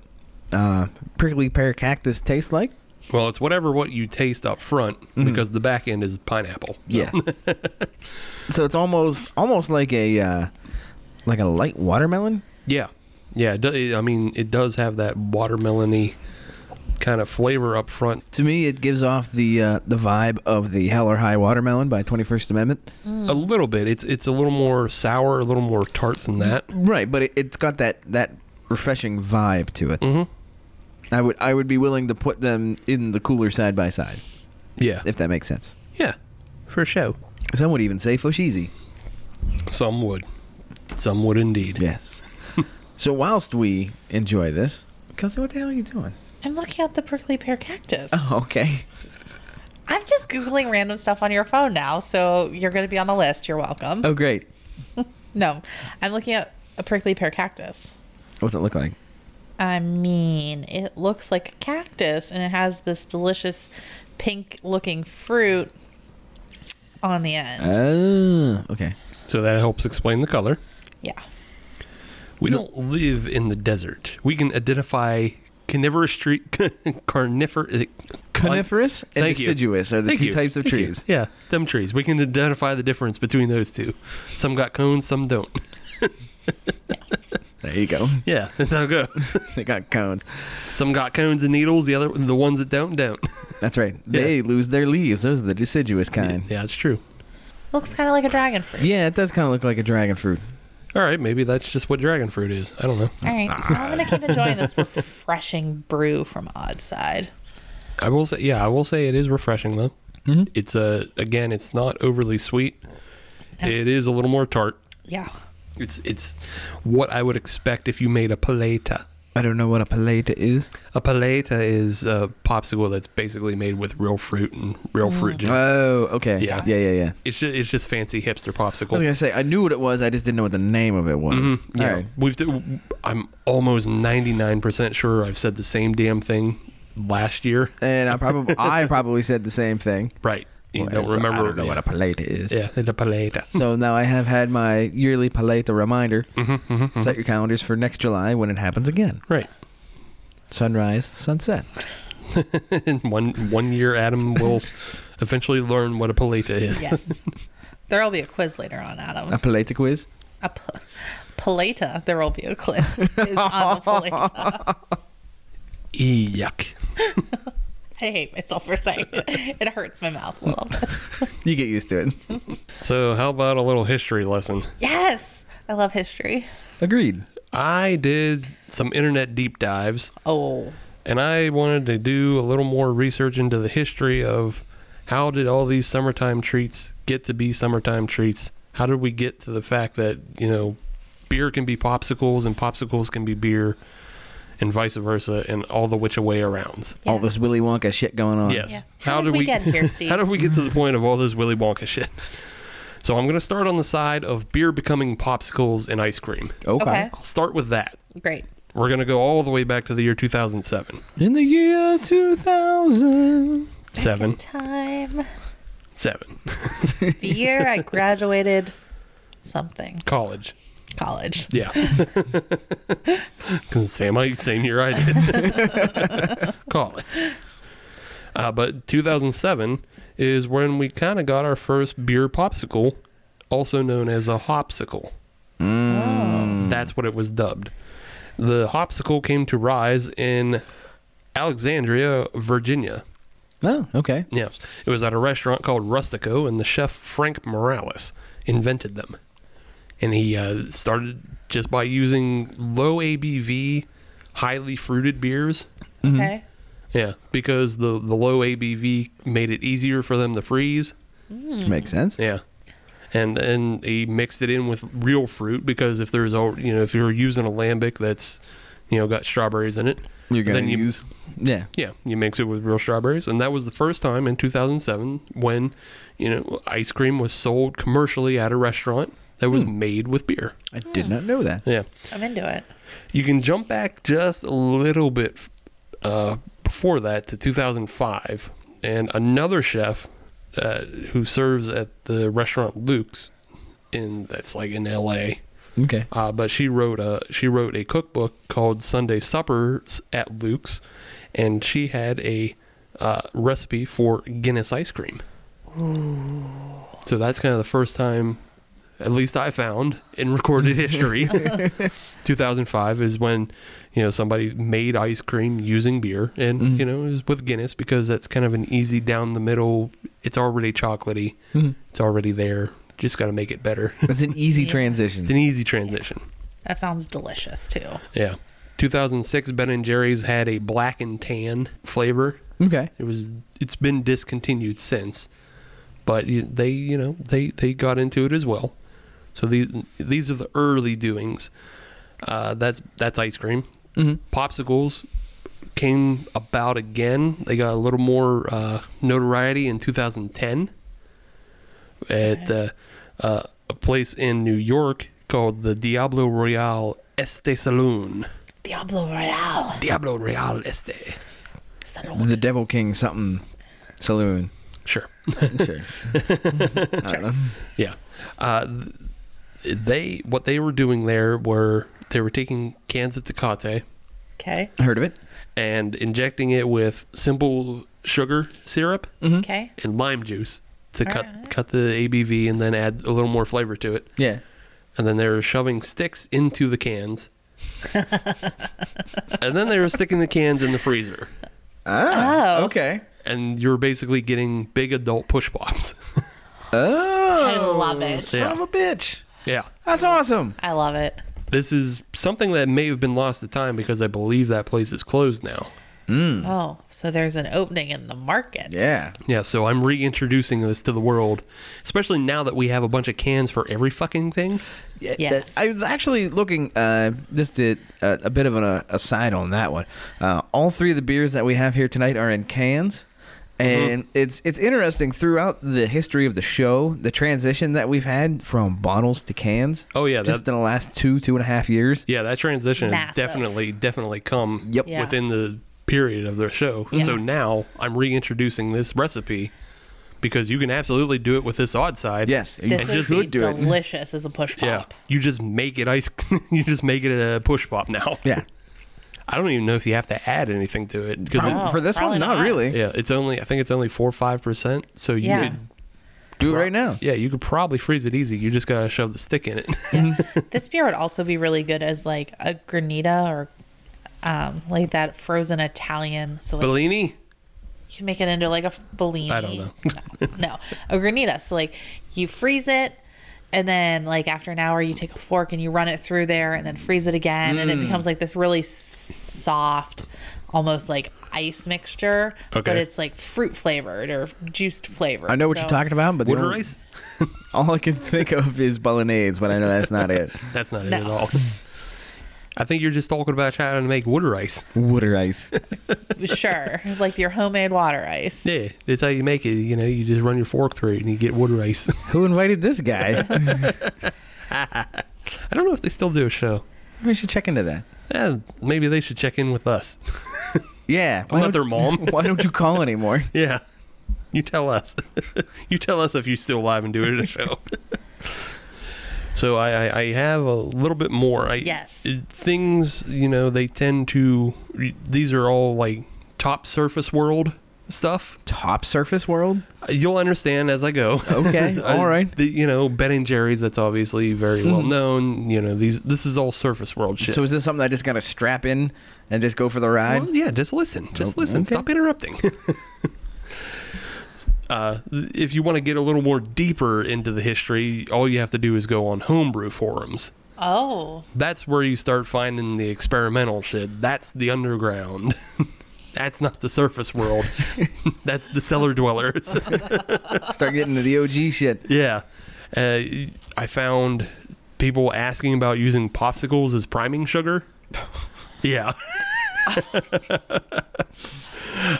uh, prickly pear cactus tastes like.
Well, it's whatever what you taste up front because the back end is pineapple.
Yeah. so it's almost almost like a uh, like a light watermelon.
Yeah. Yeah. It do, it- I mean, it does have that watermelony kind of flavor up front.
To me, it gives off the uh, the vibe of the Hell or High Watermelon by Twenty First Amendment.
A little bit. It's it's a little more sour, a little more tart than that.
Right, but it, it's got that that refreshing vibe to it. Mm-hmm. I would I would be willing to put them in the cooler side by side
Yeah.
if that makes sense.
yeah. For show.
Some would even say Foshizi.
Some would. Some would indeed.
Yes. so whilst we enjoy this, Kelsey, what the hell are you doing?
I'm looking at the prickly pear cactus.
Oh, okay.
I'm just Googling random stuff on your phone now, so you're going to be on a list. You're welcome.
Oh, great.
No, I'm looking at a prickly pear cactus.
What's it look like?
I mean, it looks like a cactus and it has this delicious pink looking fruit on the end.
Oh, okay.
So that helps explain the color.
yeah.
We don't live in the desert. We can identify carnivorous tree, eh, carnivorous,
Coniferous and
Thank you.
deciduous are the
Thank
two
you.
types of
Thank you.
trees.
Yeah, them trees. We can identify the difference between those two. Some got cones, some don't.
There you go.
Yeah, that's how it goes.
they got cones.
some got cones and needles. The other, the ones that don't, don't.
That's right. They lose their leaves. Those are the deciduous kind.
yeah, it's true.
Looks kind of like a dragon fruit.
Yeah, it does kind of look like a dragon fruit.
All right, maybe that's just what dragon fruit is. I don't know.
All right.
Ah.
I'm going to keep enjoying this refreshing brew from Oddside.
I will say, yeah, I will say it is refreshing though. It's a again, it's not overly sweet. It is a little more tart.
Yeah.
It's it's what I would expect if you made a paleta.
I don't know what a paleta is.
A paleta is a popsicle that's basically made with real fruit and real fruit juice.
Oh, okay.
Yeah.
Yeah, yeah, yeah.
It's just, it's just fancy hipster
I was
popsicle.
gonna say I knew what it was. I just didn't know what the name of it was.
Mm-hmm. Yeah,
All right.
we've. d- I'm almost 99% sure I've said the same damn thing last year.
And I probably I probably said the same thing.
Right. You
Well,
don't
so
remember.
I don't know
yeah.
what a paleta is.
Yeah, the paleta.
So now I have had my yearly paleta reminder.
Mm-hmm,
Set your calendars for next July when it happens again.
Right.
Sunrise, sunset.
In one one year, Adam will eventually learn what a paleta is.
Yes. there will be a quiz later on, Adam.
A paleta quiz.
A pl- paleta. There will be a quiz is on the paleta.
E yuck.
I hate myself for saying it. It hurts my mouth a little bit.
You get used to it.
So, how about a little history lesson?
Yes. I love history.
Agreed.
I did some internet deep dives
Oh.
and I wanted to do a little more research into the history of how did all these summertime treats get to be summertime treats? How did we get to the fact that, you know, beer can be popsicles and popsicles can be beer and vice versa and all the which way arounds?
All this Willy Wonka shit going on.
Yes.
Yeah. How did we get here, Steve?
How did we get to the point of all this Willy Wonka shit? So I'm going to start on the side of beer becoming popsicles and ice cream.
Okay.
Okay.
I'll start with that.
Great.
We're going to go all the way back to the year 2007.
In the year 2000.
Seven.
Time.
seven.
The year I graduated something
College.
college.
Yeah. Because same, I- same year I did. Call it. Uh, but 2007 is when we kind of got our first beer popsicle, also known as a hopsicle. That's what it was dubbed. The hopsicle came to rise in Alexandria, Virginia.
Oh, okay.
Yes. It was at a restaurant called Rustico, and the chef Frank Morales invented them. And he uh, started just by using low ABV, highly fruited beers.
Mm-hmm.
Okay.
Yeah, because the, the low ABV made it easier for them to freeze.
Hmm.
Makes sense.
Yeah. And and he mixed it in with real fruit because if there's all you know if you're using alambic that's you know got strawberries in it,
You're
then
going to
you-
use. Yeah.
yeah, you mix it with real strawberries, and that was the first time in 2007 when, you know, ice cream was sold commercially at a restaurant that was made with beer.
I did
Hmm.
not know that.
Yeah,
I'm into it.
you can jump back just a little bit uh, before that to 2005, and another chef uh, who serves at the restaurant Luke's, in that's like in L.A.
Okay.
Uh, but she wrote a she wrote a cookbook called Sunday Suppers at Luke's, and she had a uh, recipe for Guinness ice cream. So that's kind of the first time, at least I found in recorded history, 2005 is when you know somebody made ice cream using beer, and you know it was with Guinness because that's kind of an easy down the middle. It's already chocolatey, it's already there. Just got to make it better.
That's an easy transition.
It's an easy transition.
That sounds delicious too.
Yeah. 2006 Ben and Jerry's had a black and tan flavor.
e- Okay.
It was it's been discontinued since, but you, they you know they they got into it as well. So these these are the early doings. Uh, that's that's ice cream. Popsicles came about again. They got a little more uh, notoriety in 2010 at uh, uh, a place in New York called the Diablo Royale Este Saloon.
Diablo Royale.
Diablo Real Este.
Salud.
The Devil King something saloon.
Sure.
Sure. I don't know.
Yeah. Uh, th- they what they were doing there were they were taking cans of Tecate
Okay.
Heard of it?
and injecting it with simple sugar syrup
Mm-hmm.
Okay.
and lime juice to cut cut the ABV and then add a little more flavor to it.
Yeah.
And then they were shoving sticks into the cans. and then they were sticking the cans in the freezer.
Ah.
Oh.
Okay.
And you're basically getting big adult push pops.
Oh.
I love it.
Son of a bitch.
yeah.
That's awesome.
I love it.
This is something that may have been lost to time because I believe that place is closed now.
Oh, so there's an opening in the market.
Hmm. Yeah.
Yeah, so I'm reintroducing this to the world, especially now that we have a bunch of cans for every fucking thing.
Yeah,
Yes.
that- I was actually looking. Uh, just did uh, a bit of an uh, aside on that one. Uh, all three of the beers that we have here tonight are in cans,
Mm-hmm.
and it's it's interesting throughout the history of the show the transition that we've had from bottles to cans.
Oh, yeah,
just
that-
in the last two two and a half years.
Yeah, that transition has
Massive.
definitely, definitely come
Yep.
Yeah.
within the period of the show. So now I'm reintroducing this recipe because you can absolutely do it with this odd side.
Yes, you
This
And
would
just
be
could do it.
delicious as a push pop.
Yeah, you just make it ice. you just make it a push pop now.
Yeah,
I don't even know if you have to add anything to it because
Probably.
it's,
Oh,
for this
probably
one, not,
not.
really.
yeah, it's only I think it's only four or five percent. So you
Yeah.
could
Do it right now.
Yeah, you could probably freeze it easy. You just gotta shove the stick in it.
This beer would also be really good as like a granita or um, like that frozen Italian. So like,
Bellini?
you can make it into like a Bellini.
I don't know.
no, no, a granita. So like you freeze it. And then, like after an hour, you take a fork and you run it through there, and then freeze it again, and it becomes like this really soft, almost like ice mixture, but
Okay.
it's like fruit flavored or juiced flavored.
I know what
So-
you're talking about, but the
Water
only-
ice?
all I can think of is bolognese, but I know that's not it.
That's not it
No.
at all. I think you're just talking about how to make water ice.
Water ice.
Sure, like your homemade water ice.
Yeah, that's how you make it. You know, you just run your fork through it and you get water ice.
Who invited this guy?
I don't know if they still do a show.
we should check into that.
Eh, maybe they should check in with us.
Yeah, why
not
don't-
their mom.
Why don't you call anymore?
yeah. You tell us. you tell us if you still live and do it at a show. so I, I, I have a little bit more. I,
Yes.
it- Things you know they tend to. These are all like top surface world stuff.
Top surface world?
You'll understand as I go.
Okay.
I-
all right.
The, you know, Ben and Jerry's. That's obviously very well known. You know, these. This is all surface world shit.
Hmm. So is this something I just got to strap in and just go for the ride?
Well, yeah, just listen. Just
Oh,
listen.
okay.
Stop interrupting. uh, if you want to get a little more deeper into the history, all you have to do is go on homebrew forums.
Oh,
That's where you start finding the experimental shit. That's the underground. That's not the surface world. That's the cellar dwellers.
Start getting to the OG shit.
yeah. Uh, I found people asking about using popsicles as priming sugar. Yeah.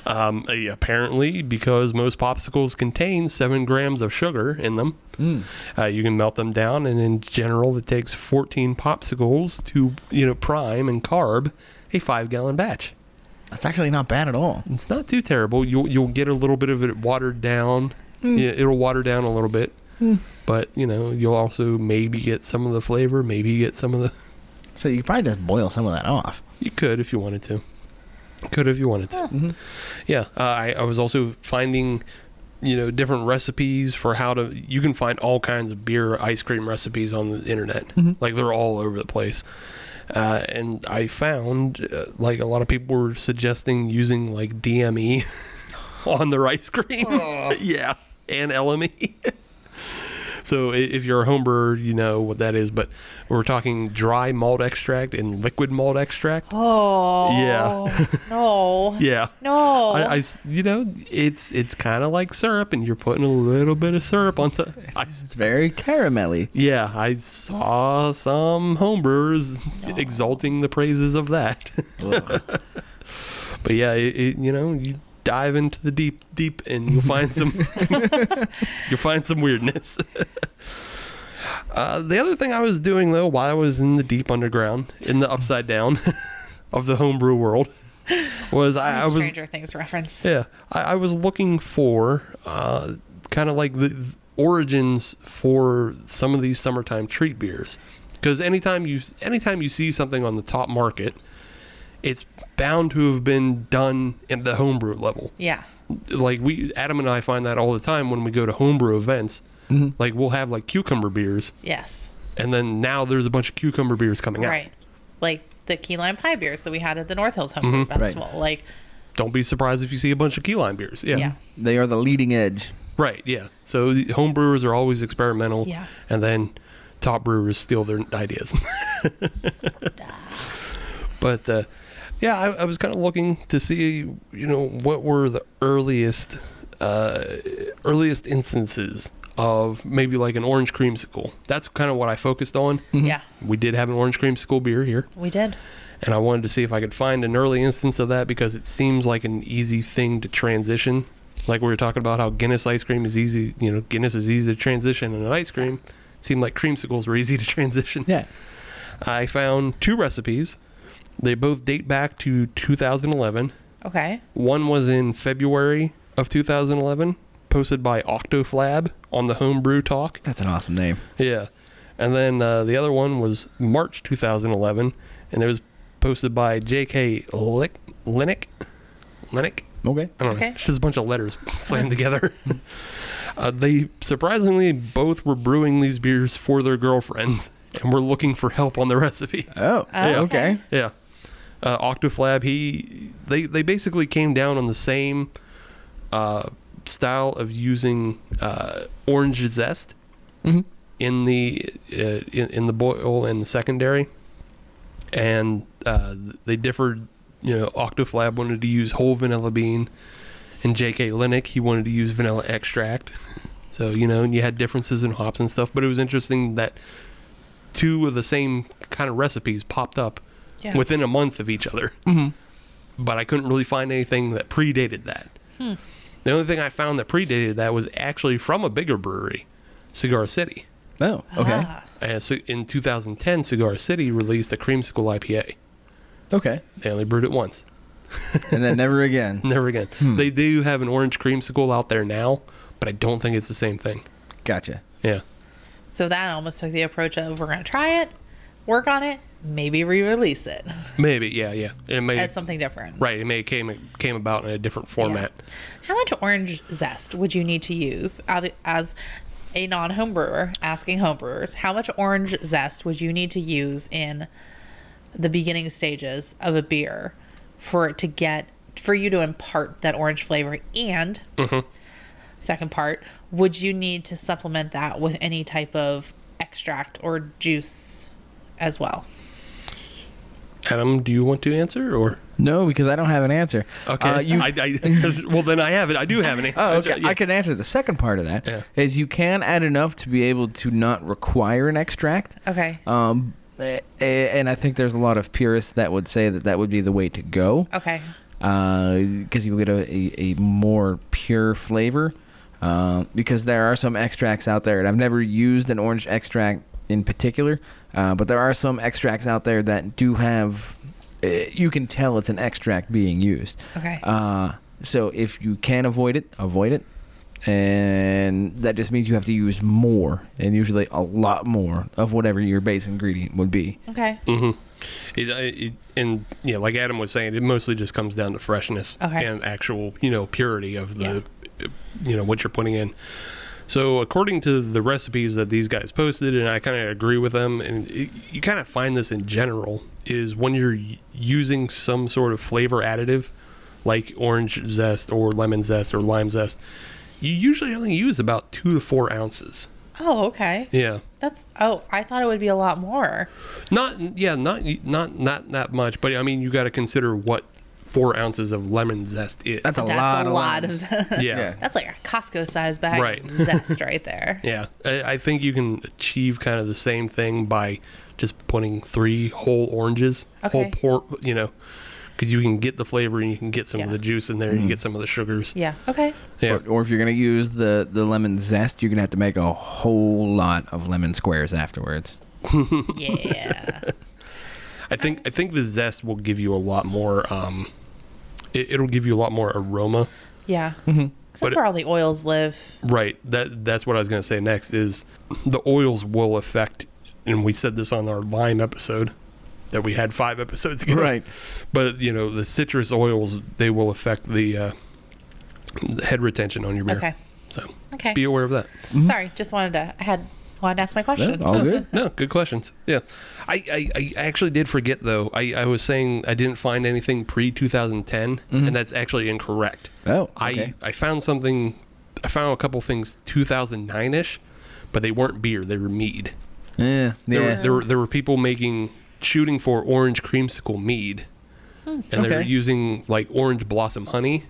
um, uh, apparently, because most popsicles contain seven grams of sugar in them, uh, you can melt them down, and in general, it takes 14 popsicles to you know prime and carb a five-gallon batch.
That's actually not bad at all.
It's not too terrible. You'll you'll get a little bit of it watered down. Yeah, it'll water down a little bit, but you know you'll also maybe get some of the flavor. Maybe get some of the.
So you could probably just boil some of that off.
You could if you wanted to. Could if you wanted to. Yeah, uh, I, I was also finding, you know, different recipes for how to. You can find all kinds of beer, ice cream recipes on the internet. Like they're all over the place. Uh, and I found uh, like a lot of people were suggesting using like DME on their ice cream. yeah, and LME. So i- if you're a homebrewer, you know what that is. But we're talking dry malt extract and liquid malt extract.
oh,
Yeah.
no,
Yeah.
no.
I, I s- you know, it's it's kind of like syrup, and you're putting a little bit of syrup on top. I s-
It's very caramelly.
yeah, I saw some homebrewers exalting the praises of that. but yeah, it, it, you know, you dive into the deep, deep, and you'll find some, you'll find some weirdness. uh, the other thing I was doing though, while I was in the deep underground, in the upside down of the homebrew world, was I, I was
Stranger Things reference.
yeah, I, I was looking for uh, kind of like the the origins for some of these summertime treat beers, because anytime you anytime you see something on the top market, it's bound to have been done at the homebrew level.
Yeah.
Like we, Adam and I find that all the time when we go to homebrew events. Like we'll have like cucumber beers,
Yes.
and then now there's a bunch of cucumber beers coming out.
Right. Like the key lime pie beers that we had at the North Hills
Mm-hmm.
Homebrew Festival. Like,
Don't be surprised if you see a bunch of key lime beers.
yeah.
They are the leading edge.
Right. Yeah. So the home brewers are always experimental.
Yeah.
And then top brewers steal their ideas. but uh, yeah, I, I was kind of looking to see, you know, what were the earliest, uh, earliest instances of maybe like an orange creamsicle. That's kind of what I focused on.
Yeah.
We did have an orange creamsicle beer here,
We did.
and I wanted to see if I could find an early instance of that because it seems like an easy thing to transition. Like we were talking about how Guinness ice cream is easy, you know, Guinness is easy to transition in an ice cream. Seemed like creamsicles were easy to transition.
Yeah.
I found two recipes. They both date back to 2011.
Okay.
One was in February of 2011, posted by Octoflab on the Homebrew Talk.
That's an awesome name.
Yeah. And then uh, the other one was March 2011, and it was posted by J.K. Lick, Linick. Linick?
Okay.
I don't know.
Okay.
It's just a bunch of letters slammed together. uh, they surprisingly both were brewing these beers for their girlfriends and were looking for help on the recipe.
Oh.
Yeah.
Okay.
Yeah. Uh, Octoflab, he they they basically came down on the same uh, style of using uh, orange zest
Mhm.
in the uh, in, in the boil and the secondary, and uh, they differed. You know, Octoflab wanted to use whole vanilla bean, and J.K. Linick he wanted to use vanilla extract. So you know, and you had differences in hops and stuff, but it was interesting that two of the same kind of recipes popped up
Yeah.
within a month of each other. Mm-hmm. But I couldn't really find anything that predated that. The only thing I found that predated that was actually from a bigger brewery, Cigar City.
Oh. Okay.
Ah.
And Uh, so in 2010, Cigar City released a creamsicle IPA.
Okay.
They only brewed it once.
and then never again.
Never again.
Hmm.
They do have an orange creamsicle out there now, but I don't think it's the same thing.
Gotcha.
Yeah.
So that almost took the approach of we're going to try it, work on it, maybe re-release it
Maybe. Yeah. Yeah. It may.
as something different.
right. It may came came about in a different format.
How much orange zest would you need to use Ob- as a non-home brewer asking homebrewers? How much orange zest would you need to use in the beginning stages of a beer for it to get for you to impart that orange flavor and second part would you need to supplement that with any type of extract or juice as well
Adam, do you want to answer or?
No, because I don't have an answer.
Okay.
Uh, you,
I, I, well, then I have it. I do have an answer.
oh, okay.
Yeah.
I can answer the second part of that. Is
Yeah.
you can add enough to be able to not require an extract.
okay
Um, a- a- and I think there's a lot of purists that would say that that would be the way to go.
okay
because you'll uh, get a, a, a more pure flavor. Uh, because there are some extracts out there, and I've never used an orange extract in particular, uh, but there are some extracts out there that do have, uh, you can tell it's an extract being used.
Okay.
Uh, so if you can avoid it, avoid it. And that just means you have to use more, and usually a lot more, of whatever your base ingredient would be.
okay
It, I- it, and yeah, like Adam was saying, it mostly just comes down to freshness
Okay.
and actual, you know, purity of the, you know, what you're putting in. So according to the recipes that these guys posted, and I kind of agree with them, and it, you kind of find this in general is when you're y- using some sort of flavor additive, like orange zest or lemon zest or lime zest, you usually only use about two to four ounces.
oh okay
Yeah,
that's oh i thought it would be a lot more
Not yeah, not not not that much, but I mean you got to consider what four ounces of lemon zest is.
That's a
That's
lot.
a
of
lot
lemons.
of
yeah,
That's like a Costco size bag
Right.
of zest right there.
yeah. I, I think you can achieve kind of the same thing by just putting three whole oranges, whole
Okay.
por you know, because you can get the flavor and you can get some of
Yeah.
the juice in there, and you get some of the sugars.
Yeah. Okay.
yeah.
Mm-hmm. Or, or if you're gonna use the the lemon zest, you're gonna have to make a whole lot of lemon squares afterwards.
Yeah.
I think I think the zest will give you a lot more. Um, it, it'll give you a lot more aroma.
Yeah.
Mm-hmm. But
That's where all the oils live.
Right. That that's what I was going to say next is the oils will affect and we said this on our lime episode that we had 5 episodes ago.
Right.
But you know, the citrus oils they will affect the uh the head retention on your beer.
Okay.
So
Okay.
be aware of that.
Sorry, just wanted to. I had wanted to ask my question.
all good.
No, good questions. Yeah. I, I, I actually did forget though. I, I was saying I didn't find anything pre 2010 and that's actually incorrect.
Mm-hmm. Oh, okay.
I I found something I found a couple things 2009ish, but they weren't beer, they were mead.
Yeah,
There,
yeah.
were, there were there were people making shooting for orange creamsicle mead, and they were
Hmm. Okay. Mm-hmm.
using like orange blossom honey,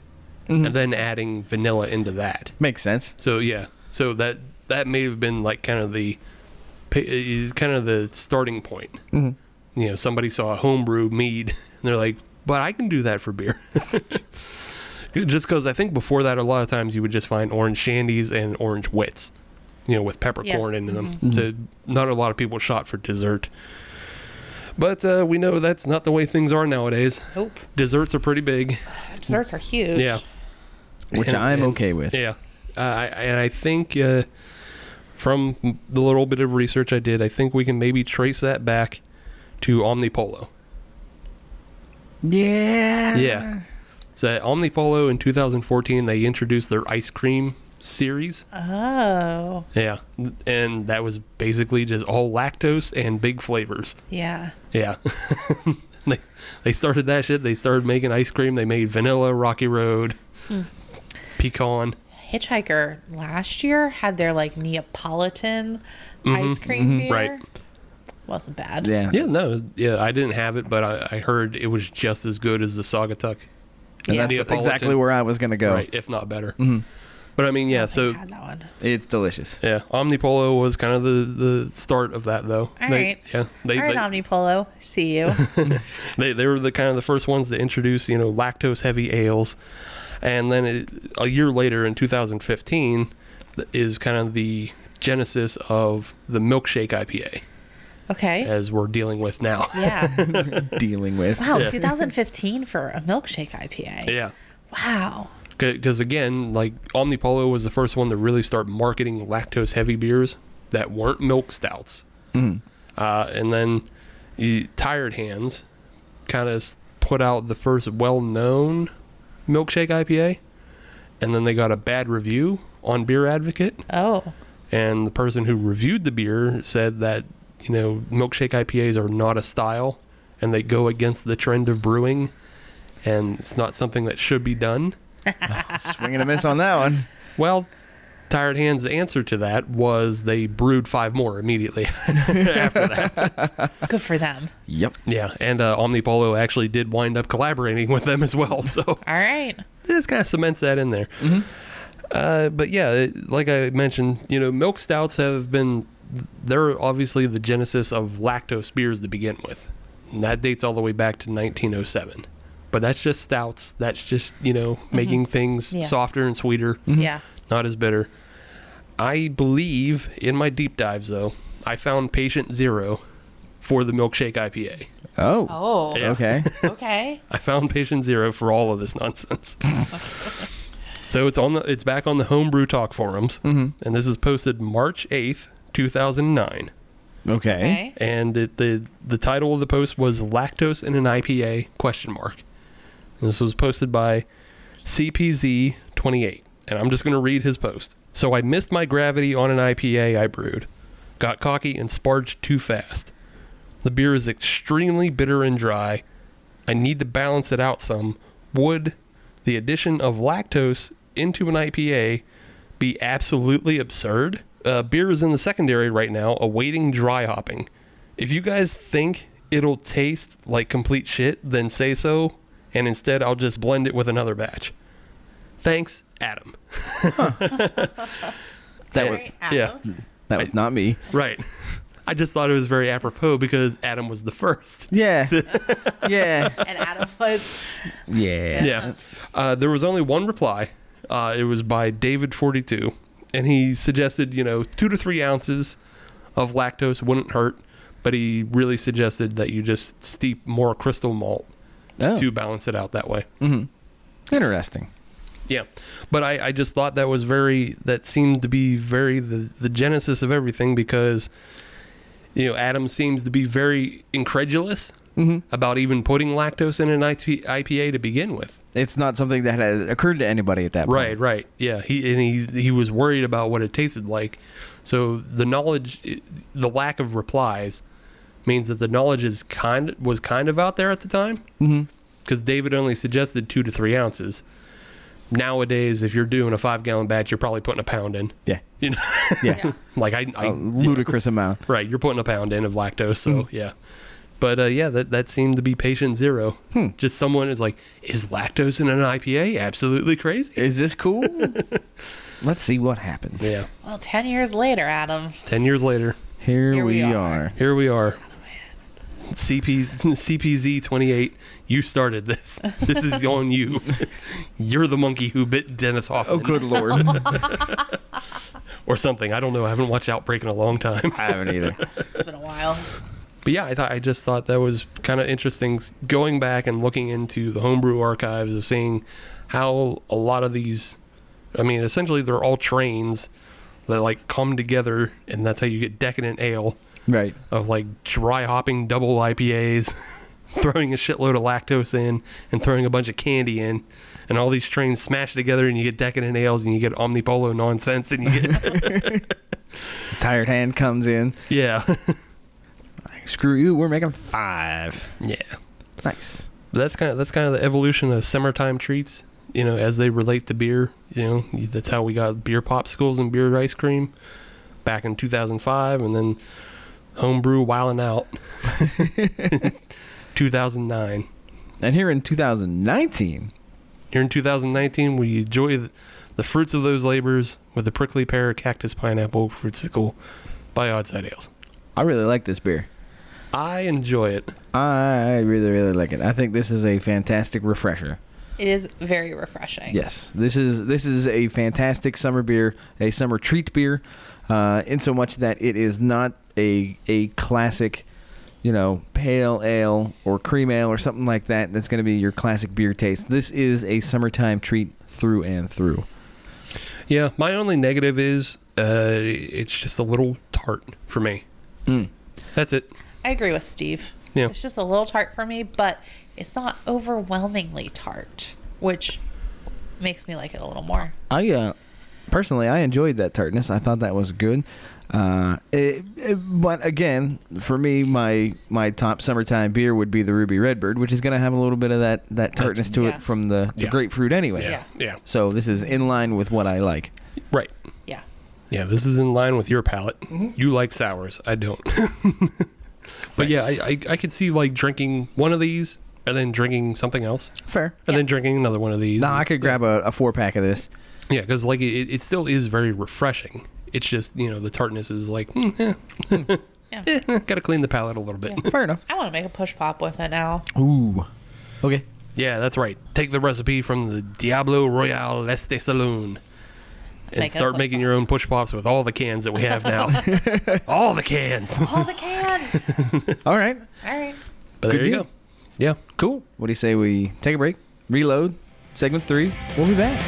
and then adding vanilla into that.
makes sense.
So yeah, so that that may have been like kind of the pa- is kind of the starting point.
Mm-hmm.
You know, somebody saw a homebrew mead, and they're like, "But I can do that for beer." just because I think before that, a lot of times you would just find orange shandies and orange wits, you know, with peppercorn in them. So not a lot of people shot for dessert. But uh, we know that's not the way things are nowadays.
Nope.
Desserts are pretty big.
Desserts are huge.
Yeah.
Which
And-
I'm
and-
okay with.
Yeah, uh, I, and I think uh, from the little bit of research I did, I think we can maybe trace that back to Omnipolo.
Yeah.
Yeah. So at Omnipolo in 2014, they introduced their ice cream series.
Oh.
Yeah, and that was basically just all lactose and big flavors.
Yeah.
Yeah. they they started that shit. They started making ice cream. They made vanilla, Rocky Road, pecan.
Hitchhiker last year had their like Neapolitan ice cream beer.
Mm-hmm. right.
Wasn't bad.
Yeah.
Yeah, no, yeah, I didn't have it, but I, I heard it was just as good as the Saugatuck,
And that's
Neapolitan.
exactly where I was gonna go. Mm-hmm.
right? If not better. But I mean, yeah. So
I had that one.
It's delicious.
yeah, Omnipolo was kind of the the start of that, though.
All
They-
right.
Yeah, they
All right,
they,
Omnipolo. See you.
they they were the kind of the first ones to introduce you know lactose heavy ales, and then it, a year later in 2015 th- is kind of the genesis of the milkshake IPA.
Okay.
as we're dealing with now.
Yeah.
dealing with.
Wow, 2015 for a milkshake IPA.
yeah.
Wow.
Because again, like Omnipolo was the first one to really start marketing lactose heavy beers that weren't milk stouts. Uh, and then you, Tired Hands kind of put out the first well known milkshake IPA. And then they got a bad review on Beer Advocate.
Oh.
And the person who reviewed the beer said that, you know, milkshake IPAs are not a style and they go against the trend of brewing and it's not something that should be done.
Swing and a miss on that one.
Well, Tired Hands' answer to that was they brewed five more immediately after that.
Good for them.
Yep.
Yeah, and uh, Omnipolo actually did wind up collaborating with them as well, so
All right.
this kind of cements that in there. Uh, but yeah, it, like I mentioned, you know, milk stouts have been, they're obviously the genesis of lactose beers to begin with. And that dates all the way back to 1907. But that's just stouts. That's just, you know, making things
Yeah.
softer and sweeter
Yeah.
not as bitter. I believe in my deep dives though, I found patient zero for the milkshake IPA.
Oh.
Oh.
Yeah.
Okay.
Okay.
I found patient zero for all of this nonsense. so it's on the it's back on the homebrew talk forums, and this is posted March eighth, two thousand nine.
okay.
Okay.
and it, the the title of the post was lactose in an IPA question mark. And this was posted by CPZ28, and I'm just going to read his post. So I missed my gravity on an IPA I brewed. Got cocky and sparged too fast. The beer is extremely bitter and dry. I need to balance it out some. Would the addition of lactose into an IPA be absolutely absurd? Uh, beer is in the secondary right now, awaiting dry hopping. If you guys think it'll taste like complete shit, then say so, and instead I'll just blend it with another batch. Thanks, Adam.
That
All
was,
right,
Yeah.
Adam.
that was not me.
Right. I just thought it was very apropos because Adam was the first.
Yeah. yeah.
And Adam was
Yeah.
yeah. Uh, there was only one reply. Uh, it was by David42, and he suggested, you know, two to three ounces of lactose wouldn't hurt, but he really suggested that you just steep more crystal malt
Oh, Mm.
to balance it out that way.
interesting.
Yeah, but I, I just thought that was very that seemed to be very the the genesis of everything because you know Adam seems to be very incredulous
Mm-hmm.
about even putting lactose in an IT, IPA to begin with.
It's not something that had occurred to anybody at that point.
Right, right. Yeah, he and he he was worried about what it tasted like. So the knowledge, the lack of replies, means that the knowledge is kind was kind of out there at the time. Because mm David only suggested two to three ounces. Nowadays, if you're doing a five gallon batch, you're probably putting a pound in.
Yeah. Uh,
You know,
Yeah.
like I, I
A ludicrous amount.
right, you're putting a pound in of lactose. So yeah. But uh, yeah, that, that seemed to be patient zero. Just someone is like, is lactose in an IPA absolutely crazy?
Is this cool? Let's see what happens.
Yeah.
well. Ten years later, Adam.
10 years later,
Here,
Here
we,
we
are.
are.
here we are. CP, CPZ 28, you started this. This is on you. You're the monkey who bit Dennis Hoffman
Oh, good lord.
or something. I don't know. I haven't watched Outbreak in a long time.
I haven't either.
It's been a while.
But yeah, I thought I just thought that was kind of interesting s- going back and looking into the homebrew archives of seeing how a lot of these I mean, essentially they're all trains that like come together and that's how you get decadent ale.
Right.
of like dry hopping double IPAs, throwing a shitload of lactose in, and throwing a bunch of candy in, and all these trains smashed together, and you get decadent ales, and you get omnipolo nonsense, and you get
Tired hand comes in.
yeah,
Screw you. We're making five.
yeah.
Nice.
That's kind of that's kind of the evolution of summertime treats, you know, as they relate to beer. You know, that's how we got beer popsicles and beer ice cream back in 2005, and then homebrew wilding out 2009.
And here in 2019,
Here in 2019, we enjoy the, the fruits of those labors with the prickly pear, cactus, pineapple, fruitsicle by Oddside Ales.
I really like this beer.
I enjoy it.
I really, really like it. I think this is a fantastic refresher.
It is very refreshing.
Yes, this is this is a fantastic summer beer, a summer treat beer, uh, in so much that it is not a a classic, you know, pale ale or cream ale or something like that. That's going to be your classic beer taste. This is a summertime treat through and through.
Yeah, my only negative is uh, it's just a little tart for me. That's it.
I agree with Steve.
Yeah.
It's just a little tart for me, but it's not overwhelmingly tart, which makes me like it a little more.
I uh, personally, I enjoyed that tartness. I thought that was good. Uh, it, it- but again, for me, my my top summertime beer would be the Ruby Redbird, which is going to have a little bit of that that tartness to
yeah.
it from the, the
Yeah.
grapefruit, anyway.
Yeah.
Yeah.
So this is in line with what I like.
Right.
Yeah.
Yeah, this is in line with your palate. You like sours. I don't. but yeah, I, I, I could see like drinking one of these and then drinking something else
Fair.
and then drinking another one of these.
No, I could grab a, a four pack of this.
Yeah, because like it, it still is very refreshing. It's just, you know, the tartness is like, mm, eh,
Yeah.
eh, got to clean the palate a little bit. Yeah.
Fair enough.
I want to make a push pop with it now.
Ooh. Okay.
that's right. Take the recipe from the Diablo Royale Este Saloon and
Make it a
start
push
making your own push pops with all the cans that we have now. all the cans.
All the cans.
All right.
All right.
But there
Good
you
deal.
go. Yeah.
Cool. What do you say we take a break, reload, segment three? We'll be back.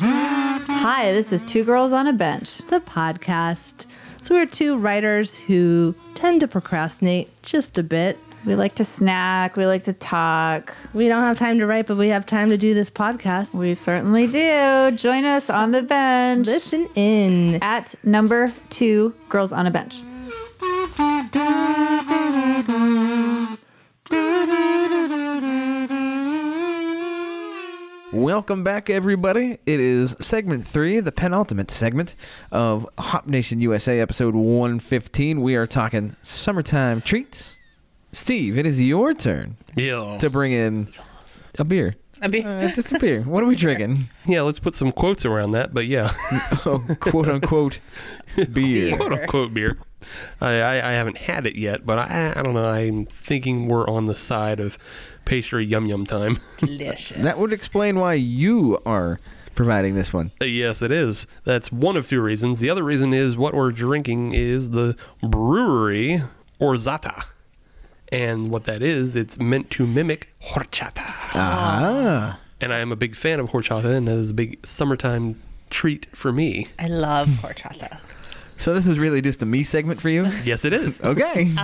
Hi, this is Two Girls on a Bench, the podcast. So, we're two writers who tend to procrastinate just a bit.
We like to snack. We like to talk.
We don't have time to write, but we have time to do this podcast.
We certainly do. Join us on the bench
Listen in.
at number two, Girls on a Bench.
Welcome back, everybody. It is segment three, the penultimate segment of Hop Nation USA, episode 115. We are talking summertime treats. Steve, it is your turn
Yeah.
to bring in a beer.
A beer.
Uh, just a beer. What are we drinking?
Yeah, let's put some quotes around that, but yeah.
Oh, quote unquote beer.
quote unquote beer. I, I, I haven't had it yet, but I, I don't know. I'm thinking we're on the side of pastry yum yum time.
Delicious.
That would explain why you are providing this one.
Uh, yes, it is. That's one of two reasons. The other reason is what we're drinking is the brewery Orzata. And what that is, it's meant to mimic horchata.
Ah,
And I am a big fan of horchata, and it is a big summertime treat for me.
I love
Hmm.
horchata.
so this is really just a me segment for you?
Yes, it is.
Okay.
me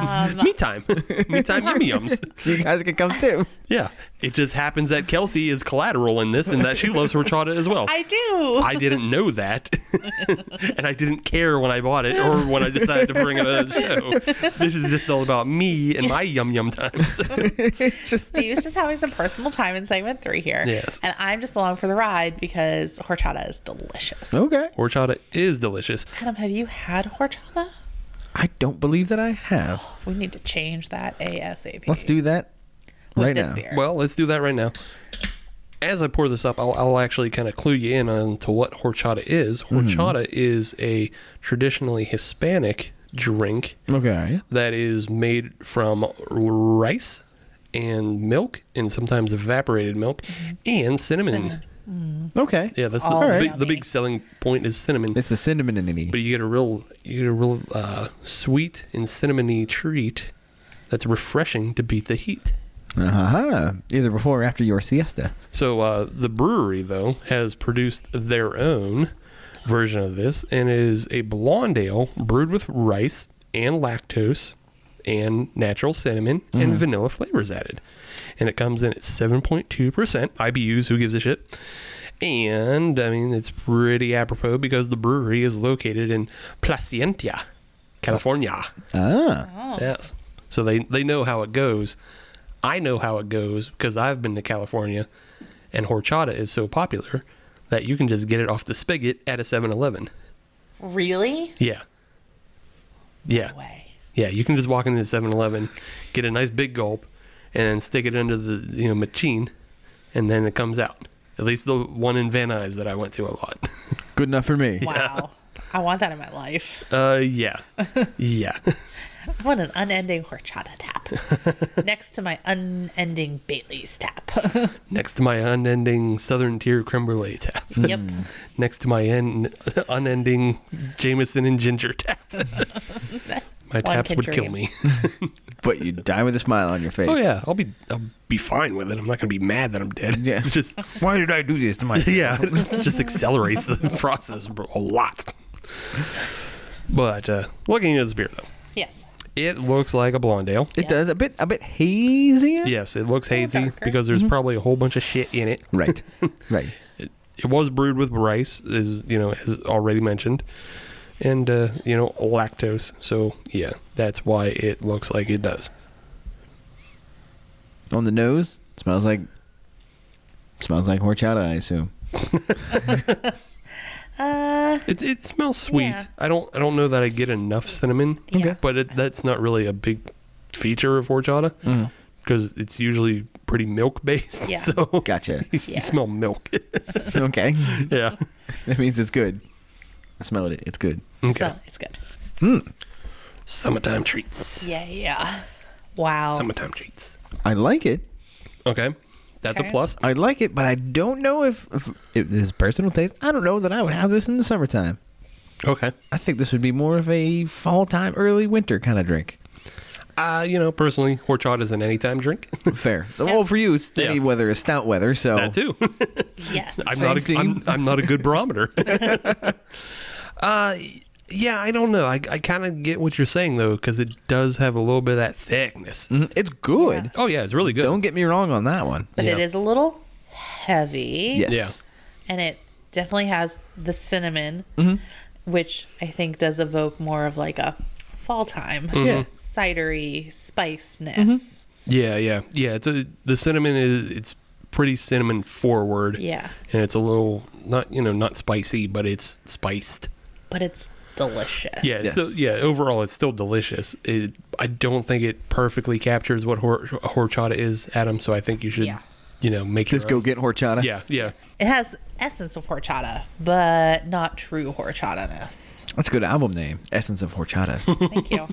time. me time yum yums.
you guys can come too.
Yeah, it just happens that Kelsey is collateral in this and that she loves horchata as well.
I do.
I didn't know that, and I didn't care when I bought it or when I decided to bring it on the show. This is just all about me and my yum yum times.
Steve's just having some personal time in segment three here.
Yes.
And I'm just along for the ride because horchata is delicious.
Okay.
horchata is delicious.
Adam, have you had horchata?
I don't believe that I have.
We need to change that ASAP.
Let's do that
with
right
this
now.
beer.
Well, let's do that right now. As I pour this up, I'll, I'll actually kind of clue you in on to what horchata is. Horchata is a traditionally Hispanic drink
Okay.
that is made from rice and milk and sometimes evaporated milk and cinnamon.
Okay.
Yeah, that's the,
all
big,
yummy.
the big selling point is cinnamon.
It's the cinnamon in it.
but you get a real you get a real uh, sweet and cinnamony treat that's refreshing to beat the heat.
Uh-huh. Either before or after your siesta.
So uh, the brewery though has produced their own version of this and it is a blonde ale brewed with rice and lactose and natural cinnamon and vanilla flavors added. And it comes in at 7.2% IBUs, who gives a shit. And I mean, it's pretty apropos because the brewery is located in Placentia, California.
Ah.
Yes. So they they know how it goes. I know how it goes because I've been to California, and horchata is so popular that you can just get it off the spigot at a 7-Eleven.
Really?
Yeah. Yeah.
Way.
Yeah, you can just walk into 7-Eleven, get a nice big gulp, and then stick it under the you know machine, and then it comes out. At least the one in Van Nuys that I went to a lot.
Good enough for me.
Wow. I want that in my life.
Uh, yeah, yeah.
I want an unending horchata tap next to my unending Bailey's tap.
Next to my unending Southern Tier creme brulee tap.
yep.
Next to my en- unending Jameson and ginger tap. my taps
can
would kill
dream.
me.
But you die with a smile on your face.
Oh yeah, I'll be I'll be fine with it. I'm not gonna be mad that I'm dead.
Yeah.
just
Why did I do this to my?
yeah, it just accelerates the process a lot. But uh, looking at this beer though,
Yes.
it looks like a blonde ale.
It Oh, does a bit a bit hazier.
Yes, it looks hazy
darker.
because
Mm-hmm.
there's probably a whole bunch of shit in it.
Right. right.
It was brewed with rice, as you know, as already mentioned, and uh, you know lactose. So yeah, that's why it looks like it does.
On the nose, smells like smells like horchata, I assume.
It, it smells sweet.
Yeah.
I don't I don't know that I get enough cinnamon,
Okay.
but it, that's not really a big feature of horchata because it's usually pretty milk based.
Yeah.
So
Gotcha.
Yeah.
you smell milk.
okay.
yeah.
That means it's good. I smelled it. It's good.
Okay.
So it's good.
Summertime treats.
Yeah. Yeah. Wow.
Summertime treats.
I like it.
Okay. That's
Okay.
a plus.
I like it, but I don't know if, if, if this is personal taste. I don't know that I would have this in the summertime.
Okay.
I think this would be more of a fall time, early winter kind of drink.
Uh, you know, personally, horchata is an anytime drink.
Fair. Well, for you, it's steady
Yeah.
weather is stout weather, so
That too.
yes.
I'm
Same
not a,
theme.
I'm, I'm not a good barometer. uh, yeah, I don't know. I, I kind of get what you're saying though, because it does have a little bit of that thickness.
Mhm. it's good.
Mm. Oh yeah, it's really good.
Don't get me wrong on that one.
But it
Yeah.
is a little heavy.
Yes.
Yeah.
And it definitely has the cinnamon,
Mm-hmm.
which I think does evoke more of like a fall time
Mm-hmm.
cidery spiceness.
Yeah, yeah, yeah. It's a the cinnamon is it's pretty cinnamon forward.
Yeah.
and it's a little not you know not spicy, but it's spiced.
But it's delicious.
Yeah, it's
Yes.
still, yeah. Overall, it's still delicious. It, I don't think it perfectly captures what hor- horchata is, Adam. So I think you should
Yeah.
you know make
Just
your
go
own.
get horchata.
Yeah, yeah.
It has essence of horchata, but not true horchata ness.
That's a good album name. Essence of horchata.
Thank you.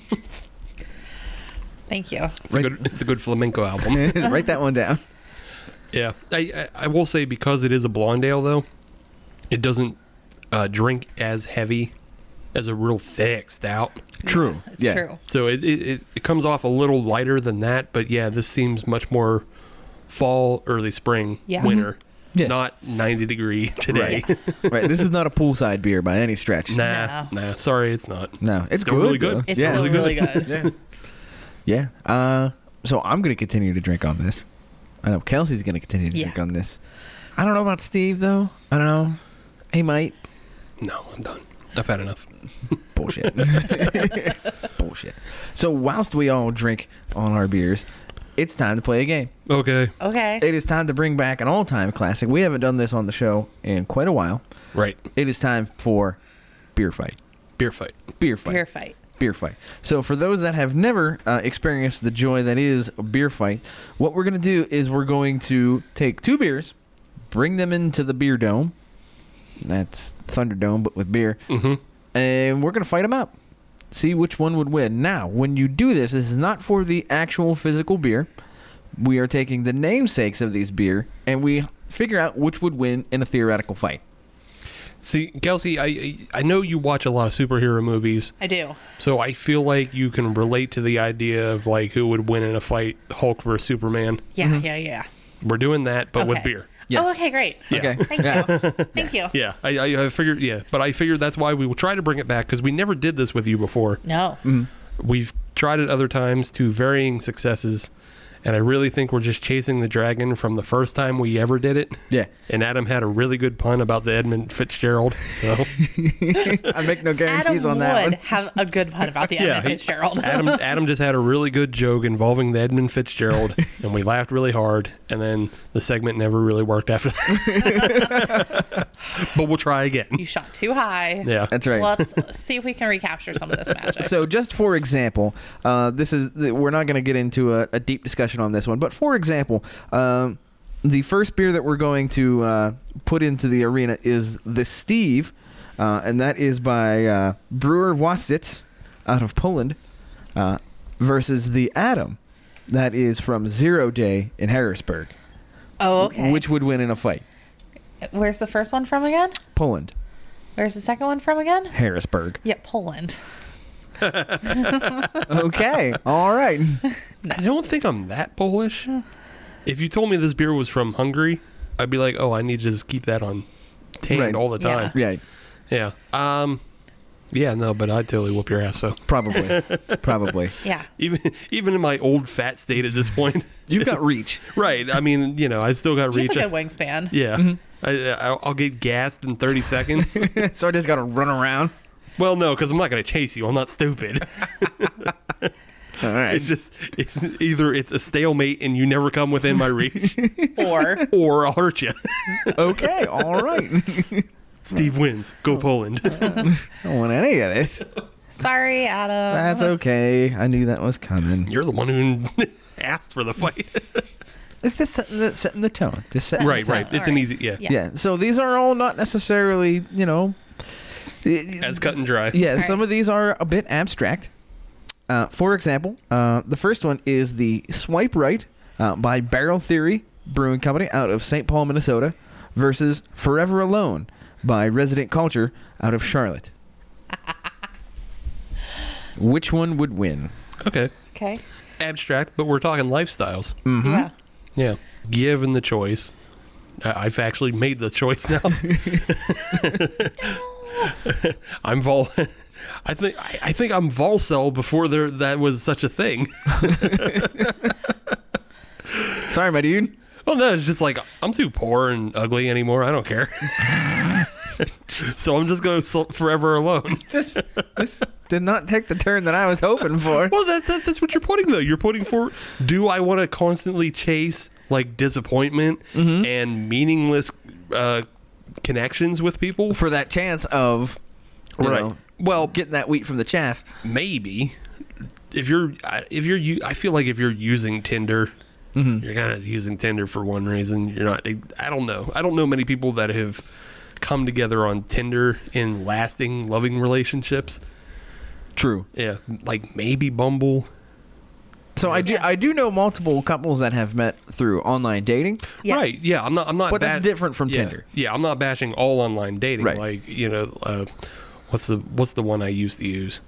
Thank you.
It's, a good, it's a good flamenco album.
Write that one down.
yeah, I, I I will say because it is a blonde ale though, it doesn't uh, drink as heavy as a real thick stout.
True.
It's true.
So it, it, it, it comes off a little lighter than that, but yeah, this seems much more fall, early spring,
Yeah.
winter.
Mm-hmm. Yeah.
Not 90 degree today.
right. This is not a poolside beer by any stretch.
nah, nah. Sorry, it's not.
No, it's
still
good,
really good.
though.
It's
Yeah.
still
Really
really good.
Yeah. yeah. Uh, so I'm going to continue to drink on this. I know Kelsey's going to continue to
Yeah.
drink on this. I don't know about Steve, though. I don't know. He might.
No, I'm done. I've had enough.
Bullshit. Bullshit. So whilst we all drink on our beers, it's time to play a game.
Okay.
Okay.
It is time to bring back an all-time classic. We haven't done this on the show in quite a while.
Right.
It is time for beer fight.
Beer fight.
Beer fight.
Beer fight.
beer fight. So, for those that have never uh, experienced the joy that is a beer fight, what we're going to do is we're going to take two beers, bring them into the beer dome. That's Thunderdome, but with beer. Mm-hmm. And we're going to fight them out. See which one would win. Now, when you do this, this is not for the actual physical beer. We are taking the namesakes of these beer and we figure out which would win in a theoretical fight.
See, Kelsey, I- I I know you watch a lot of superhero movies,
I do.
so I feel like you can relate to the idea of like who would win in a fight, Hulk versus Superman.
Yeah, yeah, yeah.
We're doing that, but with
Okay.
beer.
Yes.
Oh, okay, great.
Okay.
Thank you. Thank you.
Yeah, I, I, I figured. Yeah, but I figured that's why we will try to bring it back because we never did this with you before.
No.
Mm-hmm. We've tried it other times to varying successes, and I really think we're just chasing the dragon from the first time we ever did it.
Yeah.
And Adam had a really good pun about the Edmund Fitzgerald. So
I make no
Adam
guarantees on
would
that one.
have a good pun about the
Yeah,
Edmund
he-
Fitzgerald.
Adam Adam just had a really good joke involving the Edmund Fitzgerald, and we laughed really hard. And then the segment never really worked after that. but we'll try again.
you shot too high.
Yeah.
That's right.
Let's see if we can recapture some of this magic.
so just for example uh, this is th- we're not going to get into a, a deep discussion on this one but for example um, the first beer that we're going to uh, put into the arena is the steve Uh, and that is by uh, Brewer Wasitz out of Poland uh, versus the Atom. That is from Zero Day in Harrisburg.
Oh, okay.
Which would win in a fight?
Where's the first one from again?
Poland,
Where's the second one from again?
Harrisburg.
Yeah, Poland.
Okay, all right.
I don't think I'm that Polish. If you told me this beer was from Hungary, I'd be like, oh, I need to just keep that on hand
Right.
all the time.
Yeah,
Yeah. Um, yeah, no, but I'd totally whoop your ass. So
probably, probably.
Yeah.
even even in my old fat state at this point,
You've got reach.
right? I mean, you know, I still got
You have
reach.
a good wingspan.
yeah. I, I, I'll get gassed in 30 seconds.
so I just got to run around.
well, no, because I'm not going to chase you. I'm not stupid.
All right.
It's just it, either it's a stalemate and you never come within my reach,
Or
or I'll hurt you.
Okay, all right. I
Steve wins. Go Poland.
don't want any of this.
sorry, Adam.
That's okay. I knew that was coming.
You're the one who asked for the fight.
It's just setting the, setting the tone. Just setting
right, right.
all
It's an
right.
easy, yeah.
Yeah.
Yeah. So these are all not necessarily, you know,
As cut and dry.
yeah.
Right.
Some of these are a bit abstract. Uh, for example, uh, the first one is the Swipe Right uh, by Barrel Theory Brewing Company out of St. Paul, Minnesota, versus Forever Alone by Resident Culture out of Charlotte. Which one would win?
Okay.
Okay.
Abstract, but we're talking lifestyles.
Yeah.
Yeah. Given the choice, I- I've actually made the choice now. I'm Vol. I think I, I think I'm Volcel before there that was such a thing.
Sorry, my dude.
Well, no, it's just like I'm too poor and ugly anymore. I don't care. so I'm just going so- forever alone.
This, this did not take the turn that I was hoping for.
Well, that's that, that's what you're putting though. You're putting for do I want to constantly chase like disappointment and meaningless uh, connections with people?
For that chance of, you
Right.
know, well, getting that wheat from the chaff.
Maybe if you're I- if you're u- I feel like if you're using Tinder,
Mm-hmm.
you're kind of using Tinder for one reason. You're not. I don't know. I don't know many people that have come together on Tinder in lasting loving relationships.
True.
Yeah, like maybe Bumble.
So I do I do know multiple couples that have met through online dating.
Yes.
Right. Yeah. I'm not. I'm not.
But that's different from
yeah,
Tinder.
Yeah. I'm not bashing all online dating.
Right.
Like you know, uh, what's the what's the one I used to use?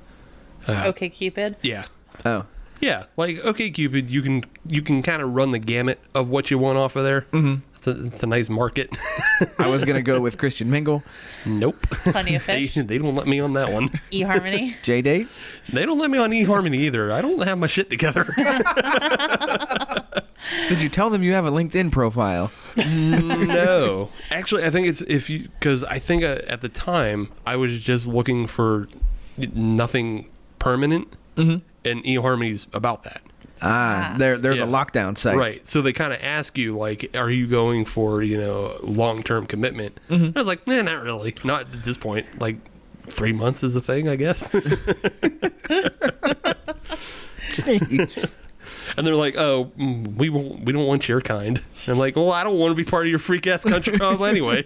Okay, Cupid.
Yeah.
Oh.
Yeah. Like okay, Cupid, you can you can kind of run the gamut of what you want off of there. Mm-hmm. It's a it's a nice market.
I was going to go with Christian Mingle,
nope.
Plenty of
They,
fish.
they don't let me on that one.
eHarmony.
J Date.
They don't let me on eHarmony either. I don't have my shit together.
Did you tell them you have a LinkedIn profile?
no, actually, I think it's if you because I think uh, at the time I was just looking for nothing permanent, mm-hmm. and eHarmony's about that,
Ah, they're they're
Yeah.
the lockdown site.
right? So they kind of ask you like, "Are you going for you know long term commitment?" I was like, "Nah, not really, not at this point. Like three months is a thing, I guess." and they're like, "Oh, mm, we won't, we don't want your kind." And I'm like, "Well, I don't want to be part of your freak ass country club anyway."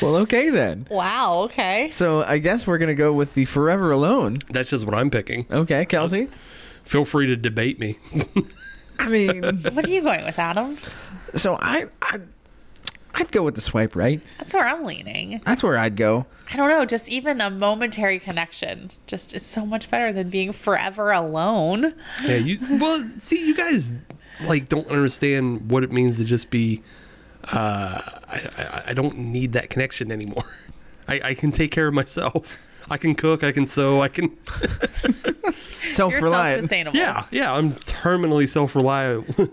Well, okay then.
wow. Okay.
So I guess we're going to go with the Forever Alone.
That's just what I'm picking.
Okay, Kelsey.
Feel free to debate me.
I mean,
What are you going with, Adam?
so I I I'd go with the swipe right.
That's where I'm leaning.
That's where I'd go.
I don't know. Just even a momentary connection just is so much better than being forever alone.
Yeah, you well, see you guys like don't understand what it means to just be uh I, I, I don't need that connection anymore. I, I can take care of myself. I can cook, I can sew, I can
Self
You're
reliant.
self-sustainable.
Yeah, yeah, I'm terminally self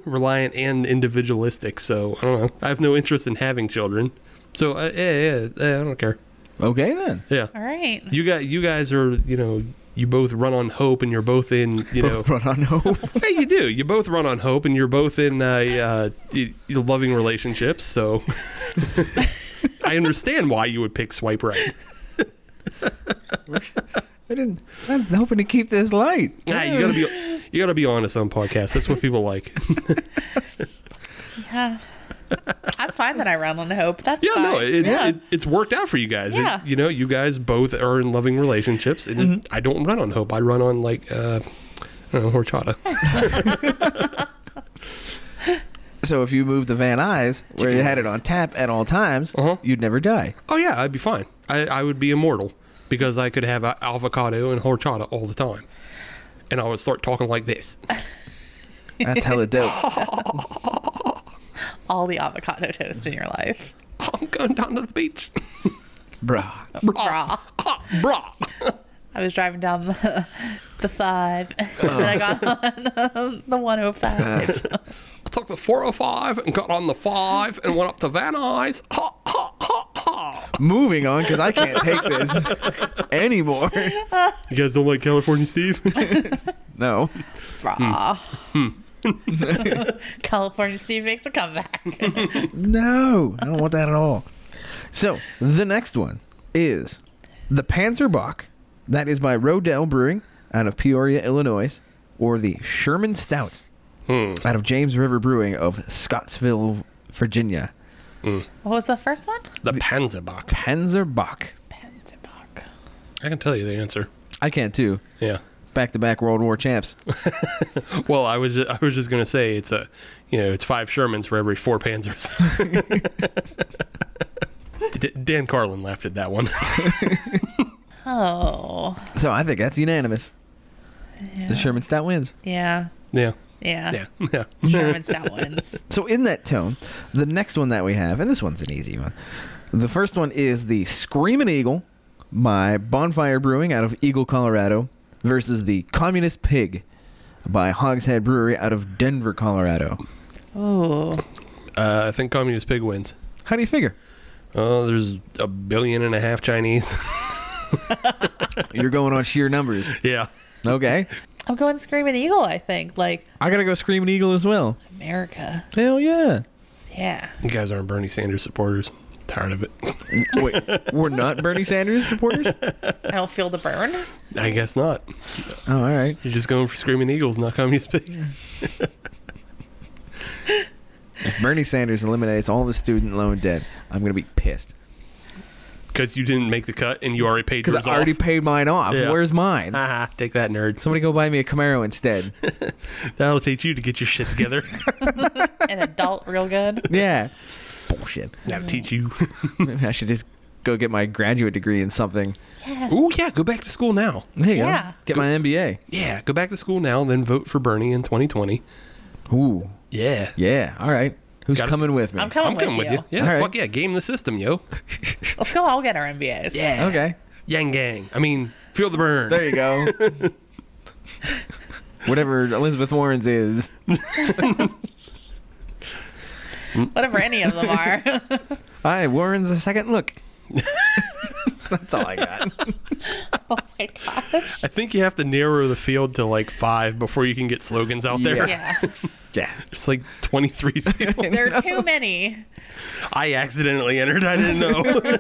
reliant and individualistic, so I don't know. I have no interest in having children. So uh, yeah, yeah, yeah, I don't care.
Okay then.
Yeah.
All right.
You got you guys are, you know, you both run on hope and you're both in, you know,
Run on hope.
Yeah, you do. You both run on hope, and you're both in uh, uh, y- y- loving relationships. So I understand why you would pick swipe right.
I didn't. I was hoping to keep this light.
Yeah, you gotta be you gotta be honest on podcasts. That's what people like.
Yeah. I'm fine that I run on hope. That's
Yeah,
fine.
no, it,
yeah.
It, it's worked out for you guys. It-
Yeah. Mm-hmm.
you know, you guys both are in loving relationships, and I don't run on hope. I run on like uh, I don't know, horchata.
So if you moved to Van Nuys, where you had it on tap at all times,
Uh-huh.
you'd never die.
oh yeah, I'd be fine. I, I would be immortal because I could have a- avocado and horchata all the time, and I would start talking like this.
That's hella dope.
all the avocado toast in your life.
I'm going down to the beach,
Bruh.
Brah.
ah, brah.
I was driving down the, the five, and I got on um, the 105.
I took the 405 and got on the five and went up to Van Nuys. Ha ha ha ha.
Moving on, because I can't take this anymore.
You guys don't like California, Steve?
No.
Hmm.
Brah. Ah. California Steve makes a comeback.
No, I don't want that at all. So the next one is the Panzerbach. That is by Rodell Brewing out of Peoria, Illinois, or the Sherman Stout
Hmm,
out of James River Brewing of Scottsville, Virginia.
What was the first one?
the Panzerbach.
Panzerbach.
Pensacola.
I can tell you the answer.
I can't too.
Yeah.
Back to back World War champs.
Well, I was I was just gonna say it's a, you know, it's five Shermans for every four Panzers. D- Dan Carlin laughed at that one.
Oh,
So I think that's unanimous. The Sherman Stout wins.
yeah.
yeah,
Yeah.
yeah, yeah.
Sherman Stout wins.
So in that tone, the next one that we have, and this one's an easy one. The first one is the Screamin' Eagle by Bonfire Brewing out of Eagle, Colorado, versus the Communist Pig by Hogshead Brewery out of Denver, Colorado.
Ooh.
Uh, I think Communist Pig wins.
How do you figure?
Oh, there's a billion and a half Chinese.
You're going on sheer numbers.
yeah,
Okay.
I'm going Screaming Eagle, I think. Like,
I gotta go Screamin' Eagle as well.
America.
Hell yeah.
Yeah.
you guys aren't Bernie Sanders supporters. Tired of it.
Wait, we're not Bernie Sanders supporters?
I don't feel the burn.
I guess not.
Oh, all right.
You're just going for Screaming Eagles, not Communist Pig.
If Bernie Sanders eliminates all the student loan debt, I'm gonna be pissed.
Because you didn't make the cut and you already paid yours
Because I already
off.
paid mine off.
Yeah.
Where's mine?
Haha, take that, nerd.
Somebody go buy me a Camaro instead.
That'll teach you to get your shit together.
An adult, real good.
yeah. Bullshit.
That'll teach you.
I should just go get my graduate degree in something.
Yes.
Oh yeah, go back to school now.
There you
Yeah.
go. Get my MBA.
Yeah, go back to school now, then vote for Bernie in 2020.
Ooh.
Yeah.
Yeah. All right. Who's
Got it.
coming with me?
I'm coming,
I'm coming with you. Yeah,
All right.
fuck yeah, game the system, yo.
Let's go all get our MBAs. Yeah.
Okay.
Yang gang. I mean, feel the burn.
There you go. Whatever Elizabeth Warren's is.
Whatever any of them are.
Hi, Warren's a second look. That's all I got.
oh my gosh.
I think you have to narrow the field to like five before you can get slogans out there.
Yeah.
Yeah.
It's like 23 people.
There are too many.
I accidentally entered. I didn't know.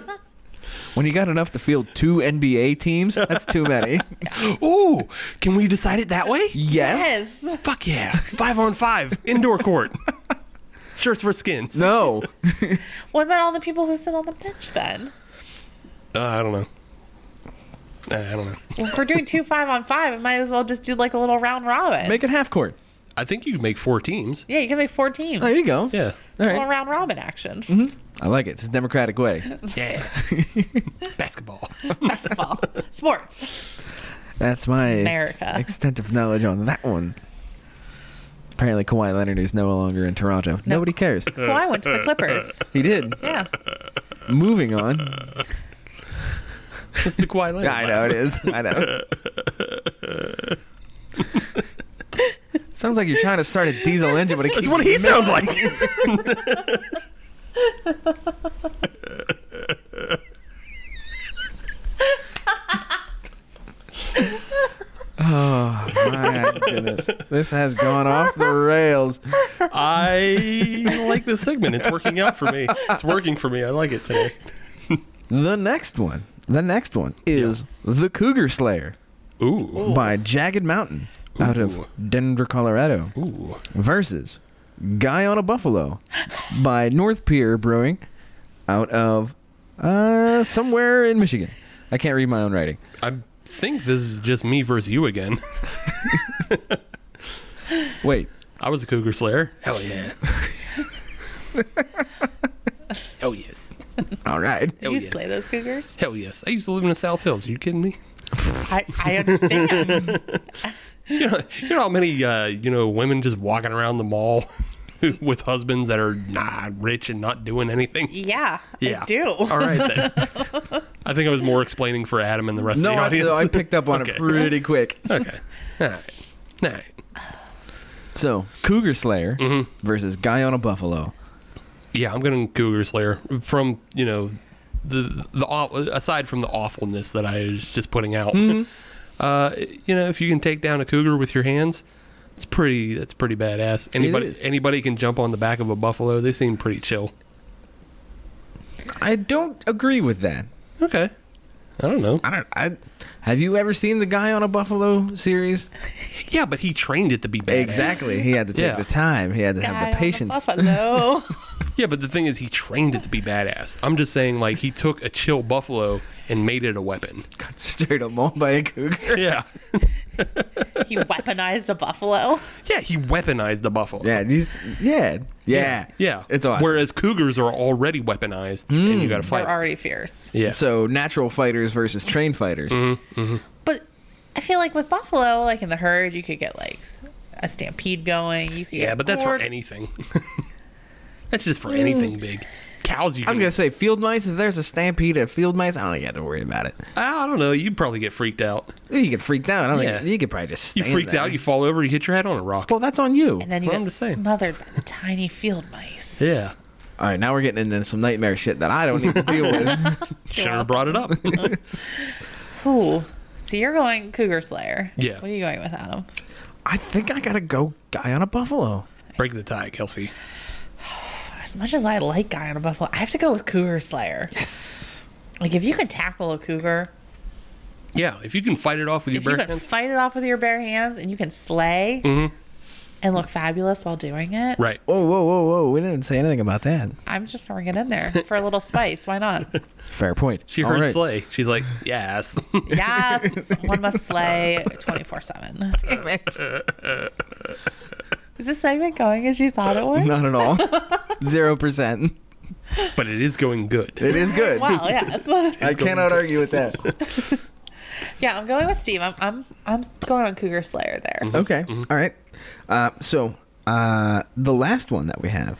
When you got enough to field two NBA teams, that's too many.
Ooh, can we decide it that way?
Yes.
Yes.
Fuck yeah. Five on five, indoor court. Shirts for skins.
No.
What about all the people who sit on the bench then?
Uh, I don't know. Uh, I don't know.
If we're doing two five on five, it might as well just do like a little round robin.
Make it half court.
I think you can make four teams.
yeah, you can make four teams.
There you go.
Yeah.
All
Little
right.
round robin action.
I like it. It's a democratic way.
Yeah. Basketball.
Basketball. Sports.
That's my ex-
America.
extent of knowledge on that one. Apparently, Kawhi Leonard is no longer in Toronto. Nobody cares.
Well, I went to the Clippers.
He did.
Yeah.
Moving on.
It's the Kawhi Leonard.
I know it is. I know. Sounds like you're trying to start a diesel engine, but it keeps
That's what he sounds like.
Oh, My goodness. This has gone off the rails.
I like this segment. It's working out for me. It's working for me. I like it today.
The next one. The next one is The Cougar Slayer
Ooh.
by Jagged Mountain out of
Ooh.
Denver, Colorado.
Ooh.
versus Guy on a Buffalo by North Pier Brewing out of uh, somewhere in Michigan. I can't read my own writing.
I think this is just me versus you again.
Wait,
I was a cougar slayer. Hell yeah. Hell yes.
all right.
Did
Oh,
you
yes.
slay those cougars?
Hell yes. I used to live in the South Hills. Are you kidding me?
I, I understand.
You know, you know how many uh, you know women just walking around the mall with husbands that are not rich and not doing anything.
yeah,
Yeah.
I do.
All right then. I think I was more explaining for Adam and the rest
No,
of the
I,
audience.
no, I picked up on
Okay.
it pretty quick.
okay. All right. All right.
So, Cougar Slayer
Mm-hmm.
versus Guy on a Buffalo.
Yeah, I'm going Cougar Slayer from you know the the aw- aside from the awfulness that I was just putting out. Uh, you know, if you can take down a cougar with your hands, it's pretty. That's pretty badass. Anybody
is.
anybody can jump on the back of a buffalo. They seem pretty chill.
I don't agree with that.
Okay. I don't know.
I don't. I have you ever seen the Guy on a Buffalo series?
Yeah, but he trained it to be badass.
Exactly. He had to take
Yeah.
the time. He had to
Guy
have
on
the patience.
buffalo.
Yeah, but the thing is, he trained it to be badass. I'm just saying, like, he took a chill buffalo and made it a weapon.
Got straight up mauled by a cougar.
Yeah.
he weaponized a buffalo.
Yeah, he weaponized the buffalo.
Yeah, these. Yeah, yeah,
Yeah.
It's awesome.
Whereas cougars are already weaponized and you got to fight.
They're already fierce.
yeah. Mm-hmm.
so natural fighters versus trained fighters.
But I feel like with buffalo, like in the herd, you could get like s- a stampede going. You could
yeah,
get
but that's
bored.
for anything. that's just for anything big. Mm. Cows, you
I
can.
was gonna say field mice. If there's a stampede of field mice, I don't think you have to worry about it.
I don't know. You'd probably get freaked out.
You get freaked out. I don't
Yeah.
think you could probably just.
You
stand
freaked
there.
out, you fall over, you hit your head on a rock.
Well, that's on you.
And then you
Well, I'm
get
just saying.
smothered by the tiny field mice.
yeah.
All right, now we're getting into some nightmare shit that I don't need to deal with.
Should have brought it up.
Ooh. So you're going cougar slayer.
Yeah.
What are you going with, Adam?
I think I gotta go guy on a buffalo.
Break the tie, Kelsey.
As much as I like guy on a buffalo, I have to go with cougar slayer. Yes. Like if you can tackle a cougar,
Yeah, if you can fight it off with your
if you
bare
can
hands. Mm-hmm.
fight it off with your bare hands and you can slay and look fabulous while doing it,
Right.
Whoa, whoa, whoa, whoa! We didn't say anything about that.
I'm just throwing it in there for a little spice. Why not?
Fair point.
She
All
heard
right.
Slay. She's like, yes.
Yes, one must slay 24 7. Damn it. Is this segment going as you thought it would?
Not at all. Zero percent.
but it is going good.
It is good.
Well, yes.
I cannot argue with that.
yeah, I'm going with Steve. I'm, I'm, I'm going on Cougar Slayer there.
Mm-hmm.
Okay. All right. Uh, so uh, the last one that we have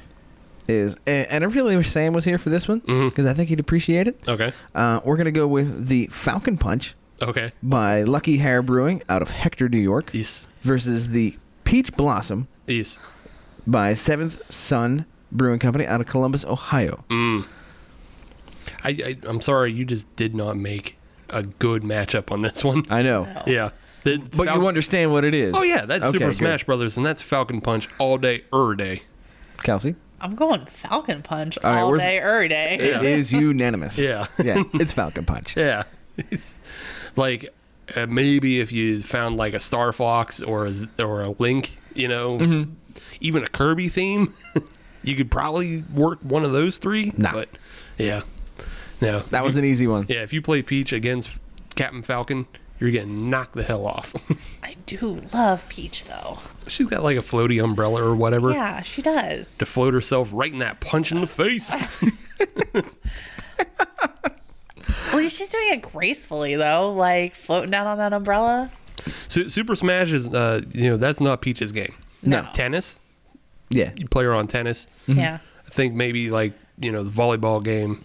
is, a- and I really wish Sam was here for this one
Mm-hmm.
because I think he'd appreciate it.
Okay.
Uh, we're gonna go with the Falcon Punch
Okay.
by Lucky Hair Brewing out of Hector, New York,
Yes.
versus the Peach Blossom
Yes.
by Seventh Sun Brewing Company out of Columbus, Ohio.
Mm. I, I I'm sorry, you just did not make a good matchup on this one.
I know,
Yeah. The-
but
Falcon-
you understand what it is.
Oh yeah, that's
Okay,
Super
good.
Smash Brothers, and that's Falcon Punch all day, er day.
Kelsey.
I'm going Falcon Punch all,
All right, we're-
day, every day.
It is unanimous.
Yeah.
yeah. It's Falcon Punch.
Yeah. It's like uh, maybe if you found like a Star Fox or a, Z- or a Link, you know,
Mm-hmm.
even a Kirby theme, you could probably work one of those three.
Nah.
But yeah, no,
That was an easy one.
yeah. If you play Peach against Captain Falcon, you're getting knocked the hell off.
I do love Peach, though.
She's got like a floaty umbrella or whatever
Yeah, she does.
to float herself right in that punch in the face.
Well, she's doing it gracefully, though, like floating down on that umbrella.
Su- Super Smash is, uh, you know, that's not Peach's game.
No.
Tennis,
Yeah,
you play her on tennis.
Yeah.
I think maybe like you know the volleyball game,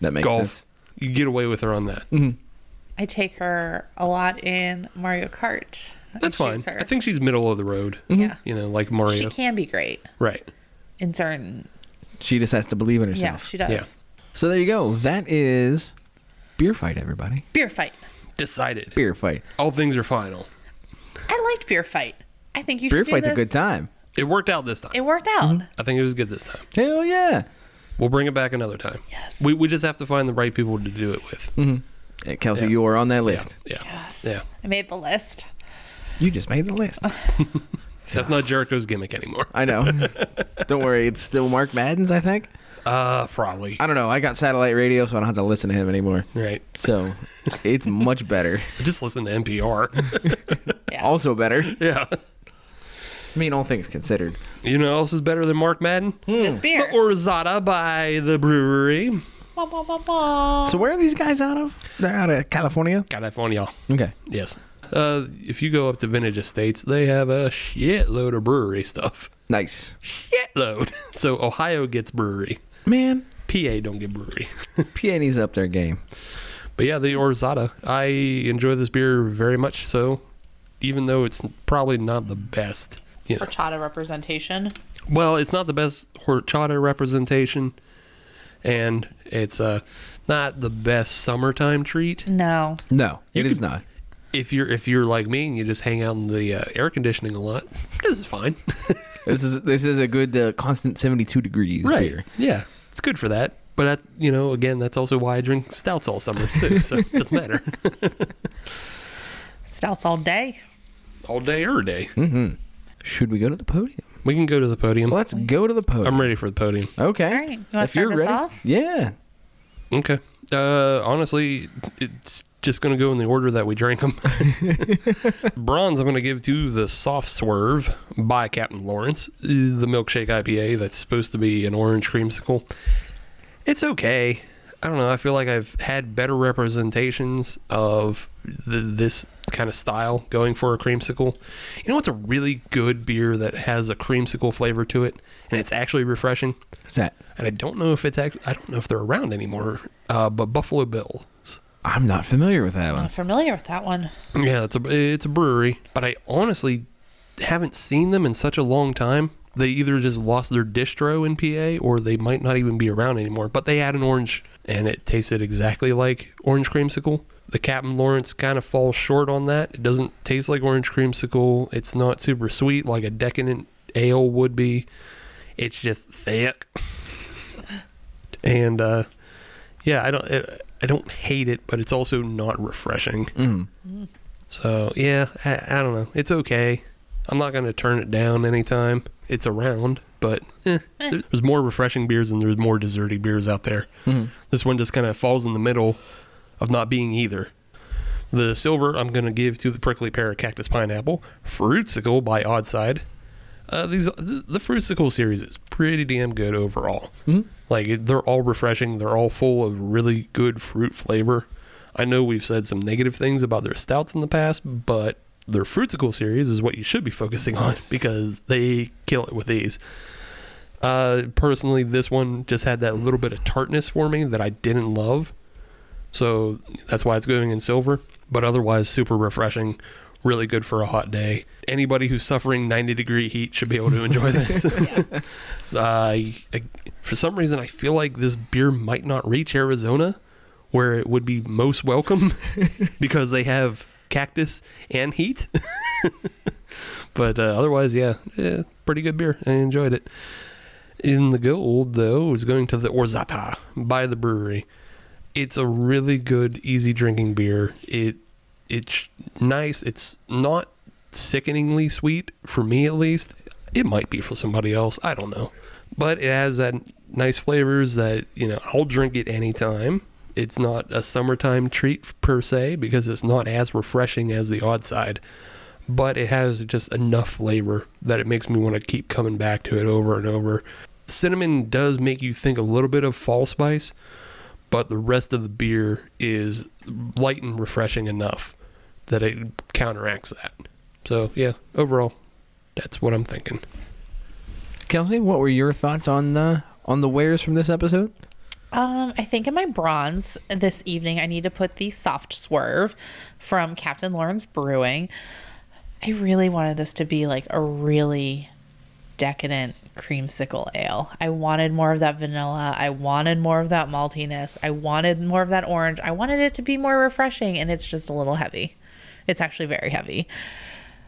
that makes
golf.
sense.
You get away with her on that.
Mm-hmm. I take her a lot in Mario Kart.
That's
I
fine.
choose her.
I think she's middle of the road.
Yeah.
You know, like Mario.
she can be great
Right.
in certain.
She just has to believe in
Yeah,
herself.
she does.
Yeah.
So there you go. That is beer fight, everybody.
Beer fight.
Decided.
Beer fight.
All things are final.
I liked beer fight. I think you
Beer
should do
fight's a
this.
good time. Mm-hmm.
It worked out this time.
It worked out.
I think it was good this time.
Hell yeah!
We'll bring it back another time.
Yes. Mm-hmm.
We, we just have to find the right people to do it with.
Hey, Kelsey,
Yeah.
you are on that
Yeah.
list.
Yeah.
Yes.
Yeah.
I made the list.
You just made the list.
That's not Jericho's gimmick anymore.
I know. don't worry, it's still Mark Madden's, I think.
Uh, probably.
I don't know. I got satellite radio, so I don't have to listen to him anymore.
Right.
So it's much better.
Just listen to NPR.
Also better.
yeah.
I mean, all things considered.
You know what else is better than Mark Madden?
This beer.
The Orzada by the brewery.
Bah, bah, bah, bah.
So where are these guys out of? They're out of California.
California.
Okay.
Yes. Uh, if you go up to Vintage Estates, they have a shitload of brewery stuff.
Nice.
Shitload. So Ohio gets brewery.
Man,
PA don't get brewery.
PA needs to up their game.
But yeah, the Orzada. I enjoy this beer very much. So, even though it's probably not the best, you know,
Horchata representation.
well, it's not the best horchata representation, and it's uh, not the best summertime treat.
No.
No,
You
it is
could-
not.
If you're if you're like me and you just hang out in the uh, air conditioning a lot, this is fine.
This is this is a good uh, constant 72 degrees beer.
Yeah, it's good for that. But that, you know, again, that's also why I drink stouts all summer too. So it doesn't matter.
Stouts all day.
all day, every day.
Should we go to the podium?
We can go to the podium.
Let's go to the podium.
I'm ready for the podium.
Okay.
All right, you wanna
If you're
start us
ready-
off?
Yeah.
Okay. Uh, honestly, it's just going to go in the order that we drank them. Bronze, I'm going to give to the Soft Swerve by Captain Lawrence, uh, the milkshake IPA that's supposed to be an orange creamsicle. It's okay. I don't know. I feel like I've had better representations of th this kind of style going for a creamsicle. You know what's a really good beer that has a creamsicle flavor to it and it's actually refreshing?
What's that?
and I don't know if it's act- I don't know if they're around anymore. Uh, but Buffalo Bills.
I'm not familiar with that
I'm
one.
familiar with that one.
Yeah, it's a it's a brewery, but I honestly haven't seen them in such a long time. They either just lost their distro in PA or they might not even be around anymore. But they had an orange and it tasted exactly like orange creamsicle. The Captain Lawrence kind of falls short on that. It doesn't taste like orange creamsicle. It's not super sweet like a decadent ale would be. It's just thick. and uh yeah, I don't it, I don't hate it, but it's also not refreshing. So yeah, I, I don't know. It's okay. I'm not gonna turn it down anytime it's around. But eh, there- there's more refreshing beers and there's more desserty beers out there. This one just kind of falls in the middle of not being either. The silver I'm gonna give to the prickly pear cactus pineapple fruitsicle by Oddside. Uh, these the, the fruitsicle series is pretty damn good overall. Like it- they're all refreshing. They're all full of really good fruit flavor. I know we've said some negative things about their stouts in the past, but their fruitsicle series is what you should be focusing on because they kill it with these. Uh, personally, this one just had that little bit of tartness for me that I didn't love. So that's why it's going in silver. But otherwise, super refreshing. Really good for a hot day. Anybody who's suffering 90 degree heat should be able to enjoy this. uh, I, I- for some reason, I feel like this beer might not reach Arizona where it would be most welcome because they have cactus and heat. but uh, otherwise, yeah, yeah, pretty good beer. I enjoyed it. In the gold, though, is going to the Orzata by the brewery. It's a really good, easy drinking beer. It it's nice. It's not sickeningly sweet for me, at least. It might be for somebody else. I don't know, but it has that nice flavors that you know I'll drink it anytime. It's not a summertime treat per se because it's not as refreshing as the odd side but it has just enough flavor that it makes me want to keep coming back to it over and over. Cinnamon does make you think a little bit of fall spice, but the rest of the beer is light and refreshing enough that it counteracts that. So, yeah, overall, that's what I'm thinking.
Kelsey, what were your thoughts on the on the wares from this episode?
Um, I think in my bronze this evening, I need to put the soft swerve from Captain Lawrence Brewing. I really wanted this to be like a really decadent creamsicle ale. I wanted more of that vanilla. I wanted more of that maltiness. I wanted more of that orange. I wanted it to be more refreshing, and it's just a little heavy. It's actually very heavy.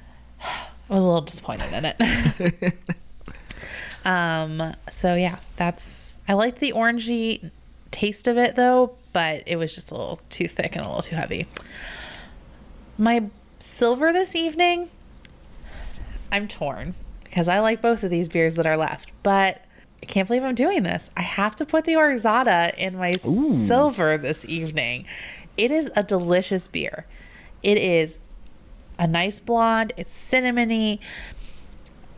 I was a little disappointed in it. Um, so yeah, that's I liked the orangey taste of it though, but it was just a little too thick and a little too heavy. My silver this evening, I'm torn because I like both of these beers that are left, but I can't believe I'm doing this. I have to put the Orizada in my silver this evening. It is a delicious beer. It is a nice blonde. It's cinnamony.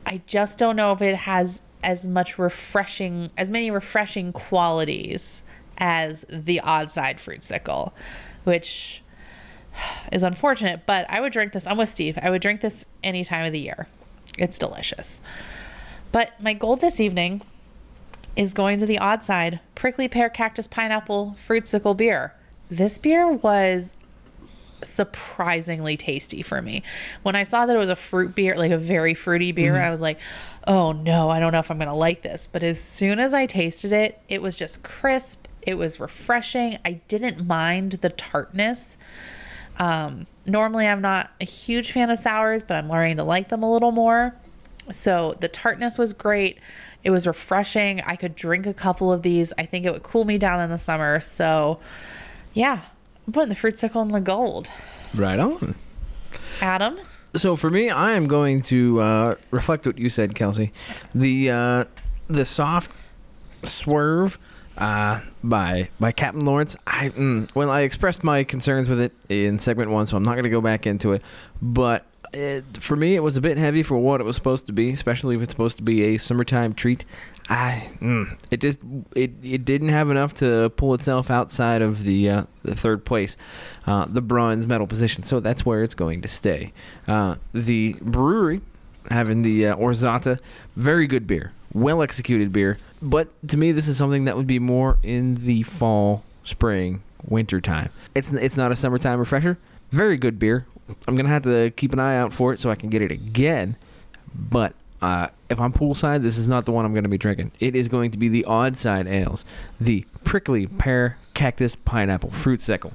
I just don't know if it has as much refreshing, as many refreshing qualities as the odd side fruit sickle, which is unfortunate, but I would drink this. I'm with Steve. I would drink this any time of the year. It's delicious. But my goal this evening is going to the odd side prickly pear cactus pineapple fruitsicle beer. This beer was surprisingly tasty for me. When I saw that it was a fruit beer, like a very fruity beer, I was like, oh no, I don't know if I'm going to like this. But as soon as I tasted it, it was just crisp. It was refreshing. I didn't mind the tartness. Um, normally, I'm not a huge fan of sours, but I'm learning to like them a little more. So the tartness was great. It was refreshing. I could drink a couple of these. I think it would cool me down in the summer. So, yeah, I'm putting the fruitsicle in the gold.
Right on.
Adam,
So for me, I am going to uh, reflect what you said, Kelsey. The uh, the soft swerve uh, by by Captain Lawrence. I mm, well, I expressed my concerns with it in segment one, so I'm not going to go back into it. But it, for me, it was a bit heavy for what it was supposed to be, especially if it's supposed to be a summertime treat. I mm, it just it, it didn't have enough to pull itself outside of the uh, the third place, uh, the bronze medal position. So that's where it's going to stay. Uh, the brewery having the uh, Orzata. Very good beer, well executed beer. But to me, this is something that would be more in the fall, spring, winter time. It's it's not a summertime refresher. Very good beer. I'm gonna have to keep an eye out for it so I can get it again. But uh, if I'm poolside, this is not the one I'm going to be drinking. It is going to be the odd side ales, the prickly pear, cactus, pineapple, fruit sickle.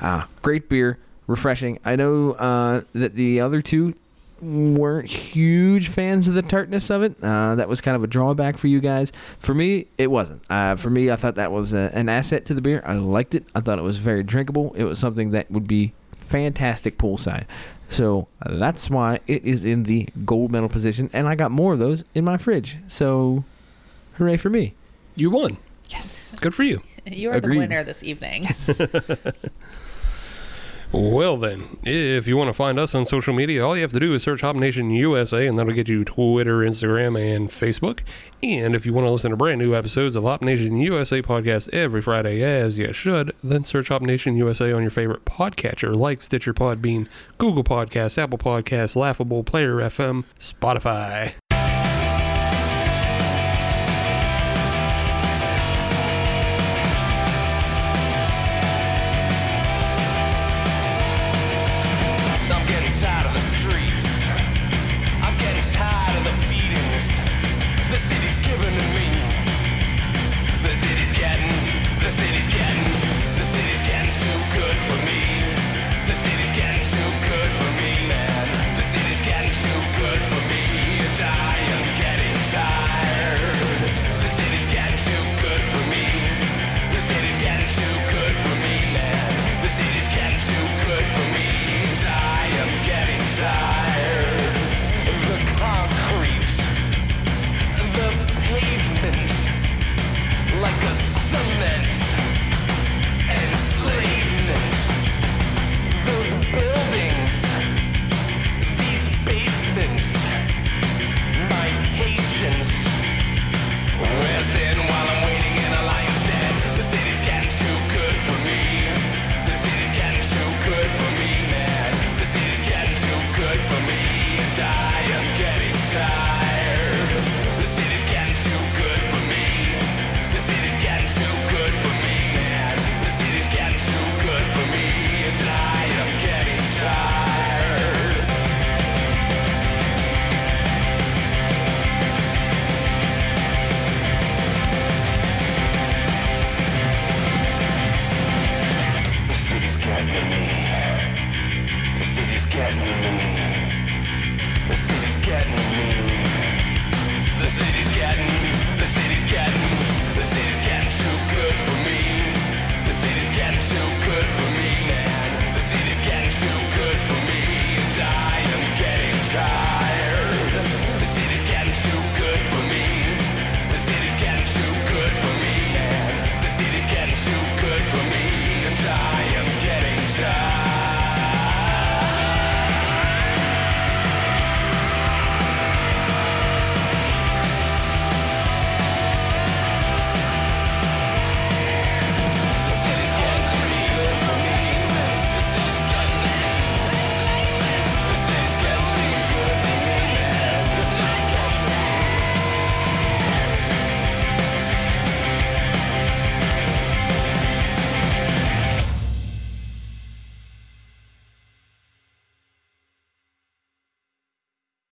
Ah, great beer, refreshing. I know uh, that the other two weren't huge fans of the tartness of it. Uh, that was kind of a drawback for you guys. For me, it wasn't. Uh, for me, I thought that was a, an asset to the beer. I liked it. I thought it was very drinkable. It was something that would be fantastic poolside. So that's why it is in the gold medal position, and I got more of those in my fridge. So hooray for me!
You won. Yes. Good for you.
you are
Agreed.
the winner this evening.
Well, then, if you want to find us on social media, all you have to do is search Hop Nation USA, and that'll get you Twitter, Instagram, and Facebook. And if you want to listen to brand new episodes of Hop Nation USA podcast every Friday, as you should, then search Hop Nation USA on your favorite podcatcher like Stitcher Podbean, Google Podcasts, Apple Podcasts, Laughable, Player FM, Spotify.